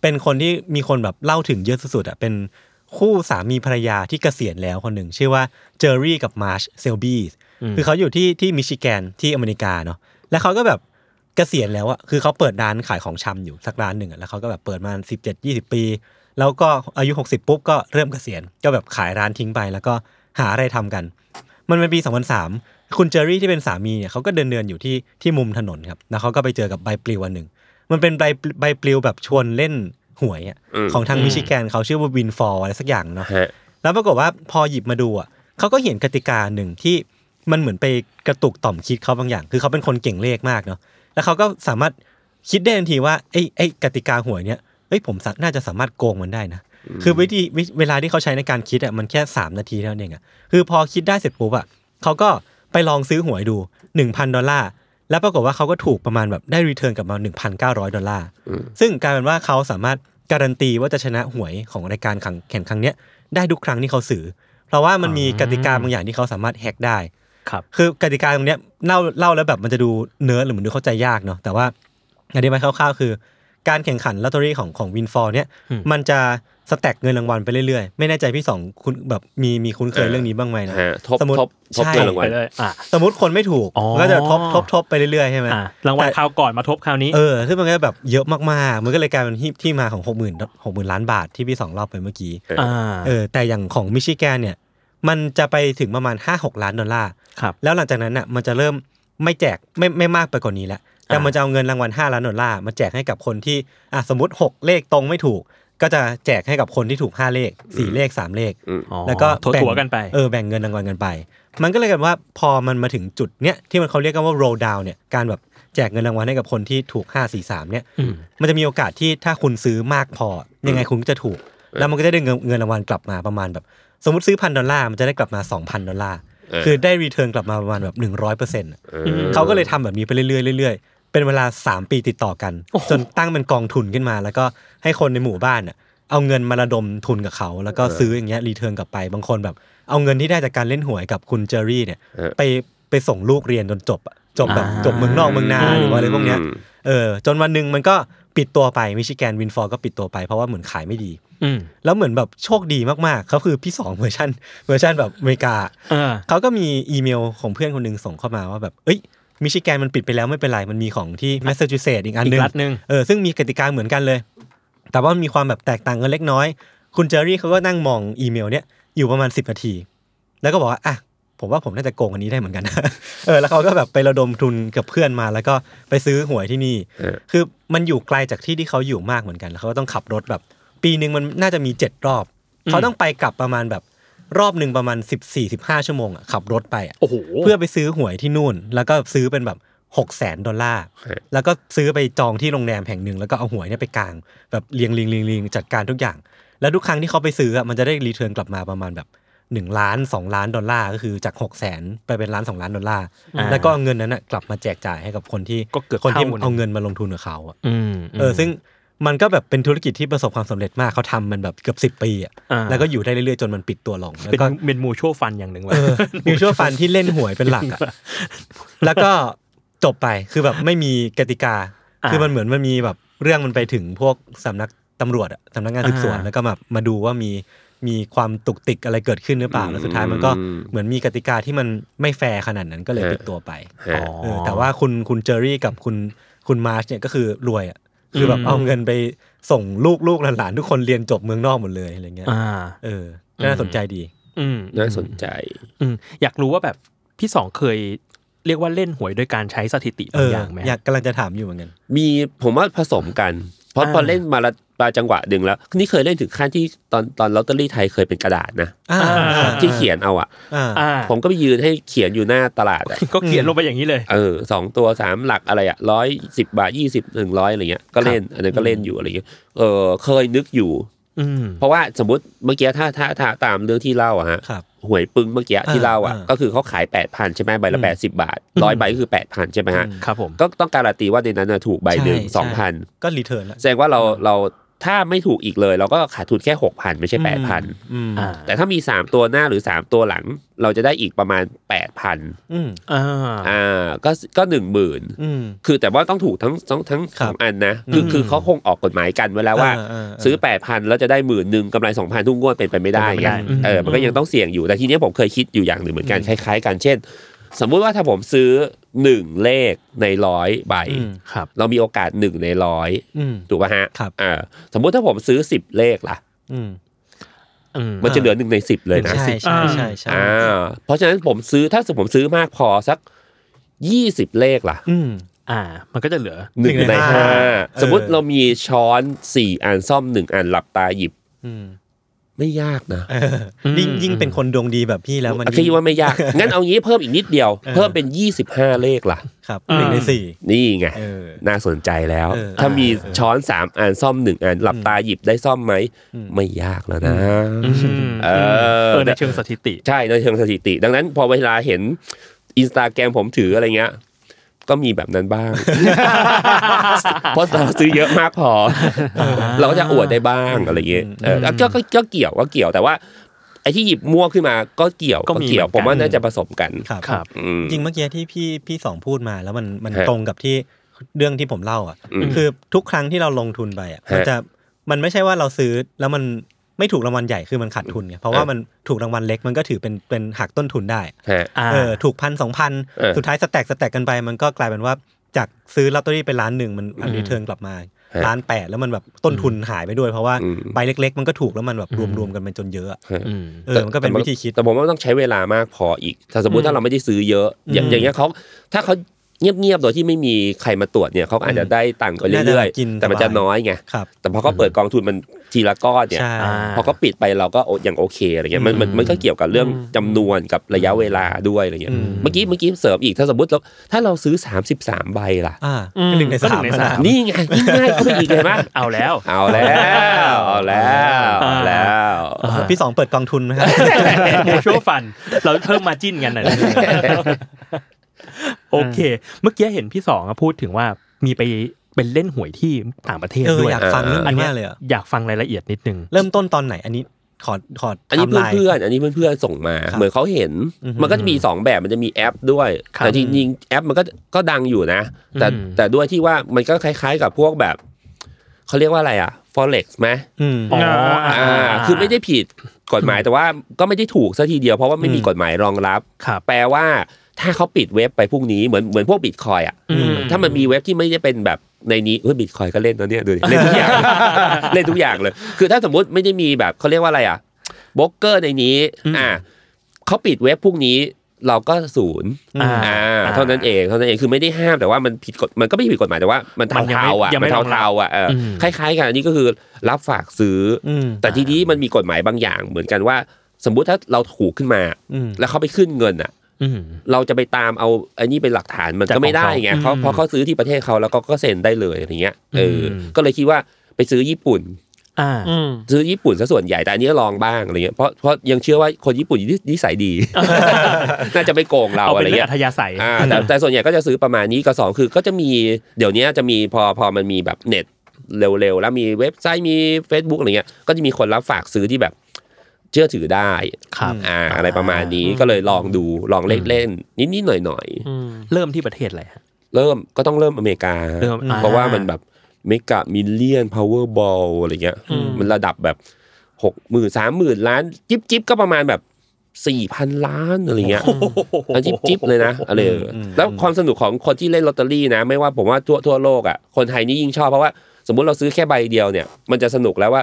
B: เป็นคนที่มีคนแบบเล่าถึงเยอะสุดๆอ่ะเป็นคู่สามีภรรยาที่เกษียณแล้วคนหนึ่งชื่อว่าเจอรี่กับมาร์ชเซลบี้ คือเขาอยู่ที่ที่มิชิแกนที่อเมริกาเนาะ แล้วเขาก็แบบเกษียณแล้วอะคือเขาเปิดร้านขายของชำอยู่สักร้านหนึ่งอะแล้วเขาก็แบบเปิดมาสิบเจ็ดยี่สิบปี แล้วก็อายุ 60 ปุ๊บก็เริ่มเกษียณ ก็แบบขายร้านทิ้งไป แล้วก็หาอะไรทำกัน มันเป็นปี 2003 คุณเจอรี่ที่เป็นสามีเนี่ยเขาก็เดินเดินๆอยู่ที่ที่มุมถนนครับ แล้วเขาก็ไปเจอกับใบปลิวอันหนึ่ง มันเป็นใบใบปลิวแบบชวนเล่นหวยอะ
E: อืม
B: ของทางมิชิแกนเขาชื่อว่าวินฟอร์อะไรสักอย่างเนาะ
E: ฮะ
B: แล้วปรากฏว่าพอหยิบมาดูอ่ะเขาก็เห็นกติกาหนึ่งที่มันเหมือนไปกระตุกต่อมคิดเขาบางอย่าง คือเขาเป็นคนเก่งเลขมากเนาะแล้วเขาก็สามารถคิดได้ทันทีว่าไอ้ไอ้กติกาหวยเนี้ยเอ้ยผมสะน่าจะสามารถโกงมันได้นะ คือวิธีวิเวลาที่เขาใช้ในการคิดอ่ะมันแค่ 3 นาทีเท่านั้นเองอ่ะคือพอคิดได้เสร็จปุ๊บอ่ะเขาก็ไปลองซื้อหวยดู 1,000 ดอลลาร์แล้วปรากฏว่าเขาก็ถูกประมาณแบบได้รีเทิร์นกลับมา 1,900 ดอลลาร์
E: อืม
B: ซึ่งกลายเป็นว่าเขาสามารถการันตีว่าจะชนะหวยของรายการขังแข่งครั้งเนี้ยได้ทุกครั้งที่เขาซื้อเพราะว่ามันมีกติกาบางอย่างที่เขาสามารถแฮกได้
D: ครับ
B: คือกติกาตรงเนี้ยเล่าเล่าแล้วแบบมันจะดูเนื้อหรือมันดูเข้าใจยากเนาะแต่ว่าอธิบายคร่าวๆคือ การแข่งขันลอตเตอรี่ของของวินฟอร์เนี่ย
D: อืม
B: มันจะสแต็กเงินรางวัลไปเรื่อยๆ ไม่แน่ใจพี่สองคุณแบบมีมีคุ้นเคยเรื่องนี้บ้างไหมนะ
E: ฮะทบ
B: สมมุติ
E: ทบทบ
B: ใช่
E: เงินรางวั
D: ไป
E: ล
D: เลยอ่ะ
B: สมมติคนไม่ถูก
D: อ๋อ
B: ก็จะทบทบทบไปเรื่อยๆใช่ไหม
D: อ่ะรางวัล
B: แต่
D: คราวก่อนมาทบคราวนี้
B: เออซึ่งมันก็แบบเยอะมากๆ มันก็เลยกลายเป็นที่ที่มาของหกหมื่นหกหมื่นล้านบาทที่พี่สองเล่าไปเมื่อกี้
E: เอออ่
B: เออแต่อย่างของมิชิแกนเนี่ย มันจะไปถึงประมาณ 5 6 ล้านดอลลาร์
D: ครับ
B: แล้วหลังจากนั้นน่ะมันจะเริ่มไม่แจกไม่ไม่มากไปกว่านนี้แล้วแต่
D: อ่ามั
B: มันจะเอาเงินรางวัล5ล้านดอลลาร์มาแจกให้กับคนที่อ่ะสมมติ 6 เลขตรงไม่ถูก ก็จะแจกให้กับคนที่ถูก 5 เลข 4 เลข 3 เลข
D: อ๋อ
B: แล้วก็
D: ถัว
B: แบ่ง
D: ถัวกันไป
B: เออแบ่งเงินรางวัลกันไป มันก็เลยกันว่าพอมันมาถึงจุดเนี้ยที่มันเขาเรียกกันว่า roll down เนี่ยการแบบแจกเงินรางวัลให้กับคนที่ถูก 5 4 3เนี่ย
D: อืม
B: มันจะมีโอกาสที่ถ้าคุณซื้อมากพอ ยังไงคุณก็จะถูก แล้วมันก็จะได้เงินเงินรางวัลกลับมาประมาณแบบ สมมติซื้อพันดอลลาร์มันจะได้กลับมา 2,000 ดอลลาร์
E: เออ
B: คือได้รีเทิร์นกลับมาประมาณแบบ100%อร์
E: ออ
B: เขาก็เลยทำแบบนี้ไปเรื่อยๆเรื่อยๆ เป็นเวลา 3 ปีติดต่อกัน จนตั้งเป็นกองทุนขึ้นมา แล้วก็ให้คนในหมู่บ้านน่ะเอาเงินมาระดมทุนกับเขา แล้วก็
E: เออ
B: ซื้ออย่างเงี้ยรีเทิร์นกลับไป บางคนแบบ เอาเงินที่ได้จากการเล่นหวยกับคุณเจอรี่เนี่ย
E: เออ
B: ไปไปส่งลูกเรียนจนจบอะจบแบบ
D: อ่า
B: จบเมืองนอกเมืองนาหรือว่าอะไรพวกเนี้ย
E: อืม
B: เออจนวันหนึ่งมันก็ปิดตัวไปมิชิแกนวินฟอร์ก็ปิดตัวไปเพราะว่าเหมือนขายไม่ดี
D: อืม
B: แล้วเหมือนแบบโชคดีมากๆเขาคือพี่สองเวอร์ชันเวอร์ชันแบบอเมริกา
D: เออ
B: เขาก็มีอีเมลของเพื่อนคนหนึ่งส่งเข้ามาว่าแบบ เอ้ย มิชิแกนมันปิดไปแล้วไม่เป็นไร มันมีของที่แมสซาชูเซตส์อีกอันหนึ
D: อีกรัฐหนึ่ง
B: เออ ซึ่งมีกติกาเหมือนกันเลย แต่ว่ามันมีความแบบแตกต่างกันเล็กน้อย คุณเจอรี่เขาก็นั่งมองอีเมลเนี้ยอยู่ประมาณ 10 นาที แล้วก็บอกว่า อ่ะ ผมว่าผมน่าจะ โกงอันนี้ได้เหมือนกัน เออ แล้วเขาก็แบบไประดมทุนกับเพื่อนมา แล้วก็ไปซื้อหวยที่นี่
E: เออ
B: คือมันอยู่ไกลจากที่ที่เขาอยู่มากเหมือนกัน แล้วเขาก็ต้องขับรถแบบ ปีหนึ่งมันน่าจะมีเจ็ดรอบ เขาต้องไปกลับประมาณแบบรอบหนึ่งประมาณ 14-15 ชั่วโมงอ่ะขับรถไปอ่ะ
D: โอ้โห
B: เพื่อไปซื้อหวยที่นู่น แล้วก็ซื้อเป็นแบบหกแสนดอลลาร์
E: ครับ
B: แล้วก็ซื้อไปจองที่โรงแรมแห่งหนึ่ง แล้วก็เอาหวยเนี่ยไปกาง แบบเรียงเรียงเรียงเรียงจัดการทุกอย่าง แล้วทุกครั้งที่เขาไปซื้ออะมันจะได้รีเทิร์นกลับมาประมาณแบบหนึ่งล้านสองล้านดอลลาร์ก็คือจากหกแสนไปเป็นล้านสองล้านดอลลาร์
D: อ่า
B: แล้วก็เอาเงินนั้นอะกลับมาแจกจ่ายให้กับคนที่
D: ก็เกือบ
B: คนที่
D: เท่าหนึ่ง
B: เอาเงินมาลงทุนกับเขาอะ
D: อืม
B: เออซึ่งมันก็แบบเป็นธุรกิจที่ประสบความสำเร็จมากเขาทำมันแบบเกือบสิบ10 ปีอะ
D: อ่า
B: แล้วก็อยู่ได้เรื่อยๆจนมันปิดตัวลงแล้ว
D: เป็น
B: ก็
D: เป็นมูชั่วฟันอย่างหนึ่งว่ะ
B: มิวชั่วฟันที่เล่นหวยเป็นหลัก อะแล้วก็จบไปคือแบบไม่มีกติกา
D: อ่า
B: คือมันเหมือนมันมีแบบเรื่องมันไปถึงพวกสำนักตำรวจอะสำนักงานสืบสวน
D: อ่า
B: แล้วก็แบบมาดูว่ามีมีความตุกติกอะไรเกิดขึ้นหรือเปล่าแล้วสุดท้ายมันก็เหมือนมีกติกาที่มันไม่แฟร์ขนาดนั้นก็เลยปิดตัวไป
E: ฮะ
B: เออแต่ว่าคุณคุณเจอรี่กับคุณคุณมาร์ชเนี่ยก็คือรวยอะคือแบบเอาเงินไปส่งลูกลูกหลานๆทุกคนเรียนจบเมืองนอกหมดเลยอะไรเงี้ย
D: อ่า
B: เออก็น่าสนใจดี
D: อืม
E: น่าสนใจ
D: อืมอยากรู้ว่าแบบพี่สองเคยเรียกว่าเล่นหวยโดยการใช้สถิ
B: เอบ
D: ติาง
B: อ
D: อย่างไหม
B: อยากกำลังจะถามอยู่เหมือนกัน
E: มีผมว่าผสมกัน เพราะ
D: อ่า
E: พอเล่นมาละมาจังหวะดึงแล้ว นี่เคยเล่นถึงขั้นที่ตอนตอนลอตเตอรี่ไทยเคยเป็นกระดาษนะ
B: อ่า
E: ที่เขียนเอาอ่ะ
B: อ่า
D: อ่า
E: ผมก็ไปยืนให้เขียนอยู่หน้าตลาดอ่ะ
D: ก็เขียนลงไปอย่างนี้เลย
E: เออสองตัวสามหลักอะไรอ่ะร้อยสิบบาทยี่สิบหนึ่งร้อยอะไรเงี้ยก็เล่นอันนั้นก็เล่นอยู่อะไรเงี้ยเออเคยนึกอยู่
D: อืม
E: เพราะว่าสมมติเมื่อกี้ถ้าถ้าถ้าตามเรื่องที่เล่าอะฮะ
B: ครับ
E: หวยปึ้งเมื่อกี้ที่เล่าอะ
B: อ่า
E: ก็คือเขาขายแปดพันใช่ไหมใบละแปดสิบบาทร้อยใบก็คือแปดพันใช่ไหมฮะ
D: ครับผม
E: ก็ต้องการันตีว่าในนั้นน่ะถูกใบหนึ่ง
B: ใช่
E: สองพัน
B: ก็รีเทิร์นแล้ว
E: แสดงว่าเราเราถ้าไม่ถูกอีกเลย เราก็ขาดทุนแค่หกพันไม่ใช่แปดพัน
B: อืม
D: อ่า
E: แต่ถ้ามีสามตัวหน้าหรือสามตัวหลัง เราจะได้อีกประมาณแปดพัน
B: อืม
D: อ่า
E: อ่าก็ก็หนึ่งหมื่น
B: อืม
E: คือแต่ว่าต้องถูกทั้งทั้งทั้งสองอันนะคือ
B: อืม
E: คือเขาคงออกกฎหมายกันไว้แล้วว่า
B: เเ
E: ซื้อ 8,000 แล้วจะได้หมื่นหนึ่งกำไร 2,000 ทุกงวดเป็นไปไม่ได้
D: เป็นไปไม่
E: ไง
D: ได้อืม
E: เออมันก็ยังต้องเสี่ยงอยู่ แต่ทีเนี้ยผมเคยคิดอยู่อย่างหนึ่งเหมือนกันคล้ายๆกันเช่น สมมุติว่าถ้าผมซื้อ 1 เลขในร้อยใบ
B: อืม
D: ครับ
E: เรามีโอกาส 1 ในร้อย
B: อืม
E: ถูกป่ะฮะ
B: ครับ
E: อ่าสมมุติถ้าผมซื้อ 10 เลขล่ะ
B: อืม
D: อืม
E: มันจะเหลือ 1 ใน 10 เลยนะ
B: ใช่ใช่ใช่ใช่
E: อ่าเพราะฉะนั้นผมซื้อถ้าสมมติผมซื้อมากพอสัก 20 เลขล่ะ
B: อืม
D: อ่า มันก็จะเหลือ
E: หนึ่ง
B: หนึ่งใน
E: ใน
B: ห้า
E: ห้า
B: เออ
E: สมมติเรามีช้อน 4 อันซ่อม 1 อันหลับตาหยิบ
B: อืม
E: ไม่ยากนะ
B: เออยิ่งยิ่งเป็นคนดวงดีแบบพี่แล้วมัน
E: อ่ะคิดว่าไม่ยาก งั้นเอางี้เพิ่มอีกนิดเดียว เพิ่มเป็น 25 เลขล่ะ
B: ครับ
D: อ่า
B: หนึ่งในสี่
E: นี่ไง
B: เออ
E: น่าสนใจแล้ว
B: เออ
E: ถ้ามี
B: เออ
E: ช้อน 3 อันซ่อม 1 อัน หลับตาหยิบได้ซ่อมไหม
B: อืม
E: ไม่ยากแล้วนะ
D: อืม
E: เออ
D: เออในเชิงสถิติ
E: ใช่ในเชิงสถิติ ดังนั้นพอเวลาเห็นอินสตาแกรมผมถืออะไรเงี้ย ก็มีแบบนั้นบ้าง เพราะเราซื้อเยอะมากพ อ เราก็จะอวดได้บ้างอะไรเงี้ยเออก็ก็ก็เกี่ยวก็เกี่ยวแต่ว่า ไอ้ที่หยิบมั่วขึ้นมาก็เกี่ยว
D: ก็
E: ก็
D: มี
E: เกี่ยว
D: เหมือน
E: ผมว่า
D: กัน
E: น่าจะผสมกัน
B: ครับ
D: ครับ
E: อืม
B: จริงเมื่อกี้ที่พี่พี่สองพูดมาแล้วมันมัน
E: ฮะ
B: ตรงกับที่ เรื่องที่ผมเล่าอ่ะ
E: อืม
B: คือทุกครั้งที่เราลงทุนไปอ่ะ
E: ฮะ
B: มันจะมันไม่ใช่ว่าเราซื้อแล้วมันไม่ถูกรางวัลใหญ่คือมันขาดทุนไงเพราะว่า
E: อ่ะ
B: มันถูกรางวัลเล็กมันก็ถือเป็นเป็นหักต้นทุนได้
E: ฮะ
D: อ่า
B: เออถูกพันสองพัน
E: เออ
B: สุดท้ายสแต็กสแต็กกันไป มันก็กลายเป็นว่าจากซื้อลอตเตอรี่ไปล้านหนึ่งมันอันรีเทิร์นกลับมา
E: ฮะ
B: ล้านแปดแล้วมันแบบต้นทุนหายไปด้วย เพราะว่า
E: อืม
B: ใบเล็ก ๆ มันก็ถูกแล้วมันแบบรวมๆกันเป็นจนเยอะอะ
E: ฮะ
D: อืม
B: เออมันก็เป็น
E: แต่
B: วิธีคิด
E: แต่ผมว่าต้องใช้เวลามากพออีก ถ้าสมมติ
C: อืม
E: ถ้าเราไม่ได้ซื้อเยอะอย่าง
B: อืม
E: อย่างเงี้ยเขาถ้าเขาเงียบๆโดยที่ไม่มีใครมาตรวจเนี่ยเขาอาจจะได้ตังค์ไป
B: น่าจะ
E: เรื่อย
B: กิน
E: ๆ แต่มัน
B: สบาย
E: จะน้อยไง
B: ครับ
E: แต่พอเขาเปิดกองทุนมันทีละก้อนเนี่ย
B: ใช่
D: อ่า
E: พอเขาปิดไปเราก็โอยังโอเคอะไรเงี้ยมันมัน
D: อืม
E: มันก็เกี่ยวกับเรื่อง
C: อืม
E: จำนวนกับระยะเวลาด้วยอะไรเงี้ย
B: อืม
E: เมื่อกี้เมื่อกี้เสริมอีกถ้าสมมติเราถ้าเราซื้อ 33 ใบล่ะ
B: อ่า
C: อืม
B: หนึ่งในสาม
D: ก็หนึ่งในสาม
E: นี่ไงยิ่งง่ายเข้าไปอีกเลยมั้ย
D: เอาแล้ว
E: เอาแล้วเอาแล้วเอาแล้ว
D: อ่า
B: พี่สองเปิดกองทุนไหมครับ
D: มูชัวฟัน เราเพิ่มมาจิ้นกันหน่อยนะโอเค เมื่อกี้เห็นพี่สองอะพูดถึงว่ามีไปเป็นเล่นหวยที่ต่างประเทศ
B: เออ
D: ด้วย
B: อยากฟังเรื่อง
D: อัน
B: นี้
D: เนี้
B: มาย กเลยอะ
D: อยากฟังรายละเอียดนิดนึง
B: เริ่มต้นตอนไหนอันนี้ขอขอ
E: อันนี้
B: ไทม์ไลน์
E: เพื่อนๆอันนี้เพื่อนๆส่งมา
B: ครับ
E: เหมือนเขาเห็น
B: อือฮึ
E: มันก็จะมี 2 แบบมันจะมีแอปด้วย
D: ครับ
E: แต่จริงๆแอปมันก็ก็ดังอยู่นะ แต่
D: อืม
E: แต่ด้วยที่ว่ามันก็คล้ายๆกับพวกแบบเขาเรียกว่าอะไรอ่ะ forex ไหม
B: อืม
D: อ๋ออ่า
E: อ่า คือไม่ได้ผิดกฎหมายแต่ว่าก็ไม่ได้ถูกซะทีเดียวเพราะว่าไม่มี
B: อืม
E: กฎหมายรองรับ
D: ครับ
E: แปลว่าถ้าเขาปิดเว็บไปพรุ่งนี้เหมือนเหมือนพวกบิตคอยอ่ะ
D: อืม
E: ถ้ามันมีเว็บที่ไม่ได้เป็นแบบในนี้เฮ้ยบิตคอยก็เล่นนะเนี่ย ดูดิเล่นทุกอย่าง เล่นทุกอย่างเลย คือถ้าสมมติไม่ได้มีแบบเขาเรียกว่าอะไรอ่ะบล็อกเกอร์ในนี้ อ่าเขาปิดเว็บพรุ่งนี้เราก็ศูนย์
B: อ่า
E: อ่าเท่านั้นเองเท่านั้นเองคือไม่ได้ห้ามแต่ว่ามันผิดกฎมันก็ไม่ผิดกฎหมายแต่ว่ามัน
D: มันยังไม่
E: เทาๆอ่ะ
D: ยัง
E: มั
D: ไม่
E: น
D: รองรับ
E: เทาๆอ่ะเอออ
D: ม
E: คล้ายๆกันอันนี้ก็คือรับฝากซื้ออ
B: อืม
E: แต่ทีนี้มันมีกฎหมายบางอย่าง เหมือนกันว่า สมมุติถ้าเราถูกขึ้นมา
B: อืม
E: แล้วเขาไปขึ้นเงินอ่ะ
D: อืม
E: เราจะไปตามเอาไอันนี้เป็นหลักฐานมัน
D: จาก
E: ก็ไม่ได้
D: ของเขา
E: ไงเพราะ
D: อืม
E: เพราะเขาซื้อที่ประเทศเขาแล้วก็ก็เซ็นได้เลยอย่างเงี้ยเอออ
D: ม
E: ก็เลยคิดว่าไปซื้อญี่ปุ่น
D: อ่า
C: อืม
E: ซื้อญี่ปุ่นซะส่วนใหญ่แต่อันนี้ลองบ้างอะไรเงี้ยเพราะเพราะยังเชื่อว่าคนญี่ปุ่นนินิสัย ดี น่าจะไม่โกงเรา
D: เอา
E: อะ
D: เป็น
E: ไร
D: เรื่อง
E: เงี้
D: อั
E: ย
D: ธยาศัย
E: อ่าแต่แต่ส่วนใหญ่ก็จะซื้อประมาณนี้ก็สองคือก็จะมีเดี๋ยวนี้จะมีพอพอมันมีแบบเน็ตเร็วๆ แล้วมีเว็บไซต์มี Facebook อะไรเงี้ยก็จะมีคนรับฝากซื้อที่แบบเชื่อถือได้
D: ครับ
E: อ่าอะไรประมาณนี้ก็เลยลองดูลองเล่นๆนิดๆหน่อยๆ
C: อืม
D: เริ่มที่ประเทศอะไรฮะ
E: เริ่มก็ต้องเริ่มอเมริกา
D: เริ่มอ่า
E: เพราะว่ามันแบบเมกะมิลเลียนพาวเวอร์บอลอะไรเงี้ย
C: อืม
E: มันระดับแบบหกหมื่นสามหมื่นล้าน จิ๊บจิ๊บก็ประมาณแบบสี่พันล้านอะไรเงี้ยอันจิ๊บจิ๊บเลย นะอะไรเอออ
B: ม
E: แล้วความสนุกของคนที่เล่นลอตเตอรี่นะ ไม่ว่าผมว่าทั่วทั่วโลกอ่ะคนไทยนี่ยิ่งชอบเพราะว่า สมมุติเราซื้อแค่ใบเดียวเนี่ย มันจะสนุกแล้วว่า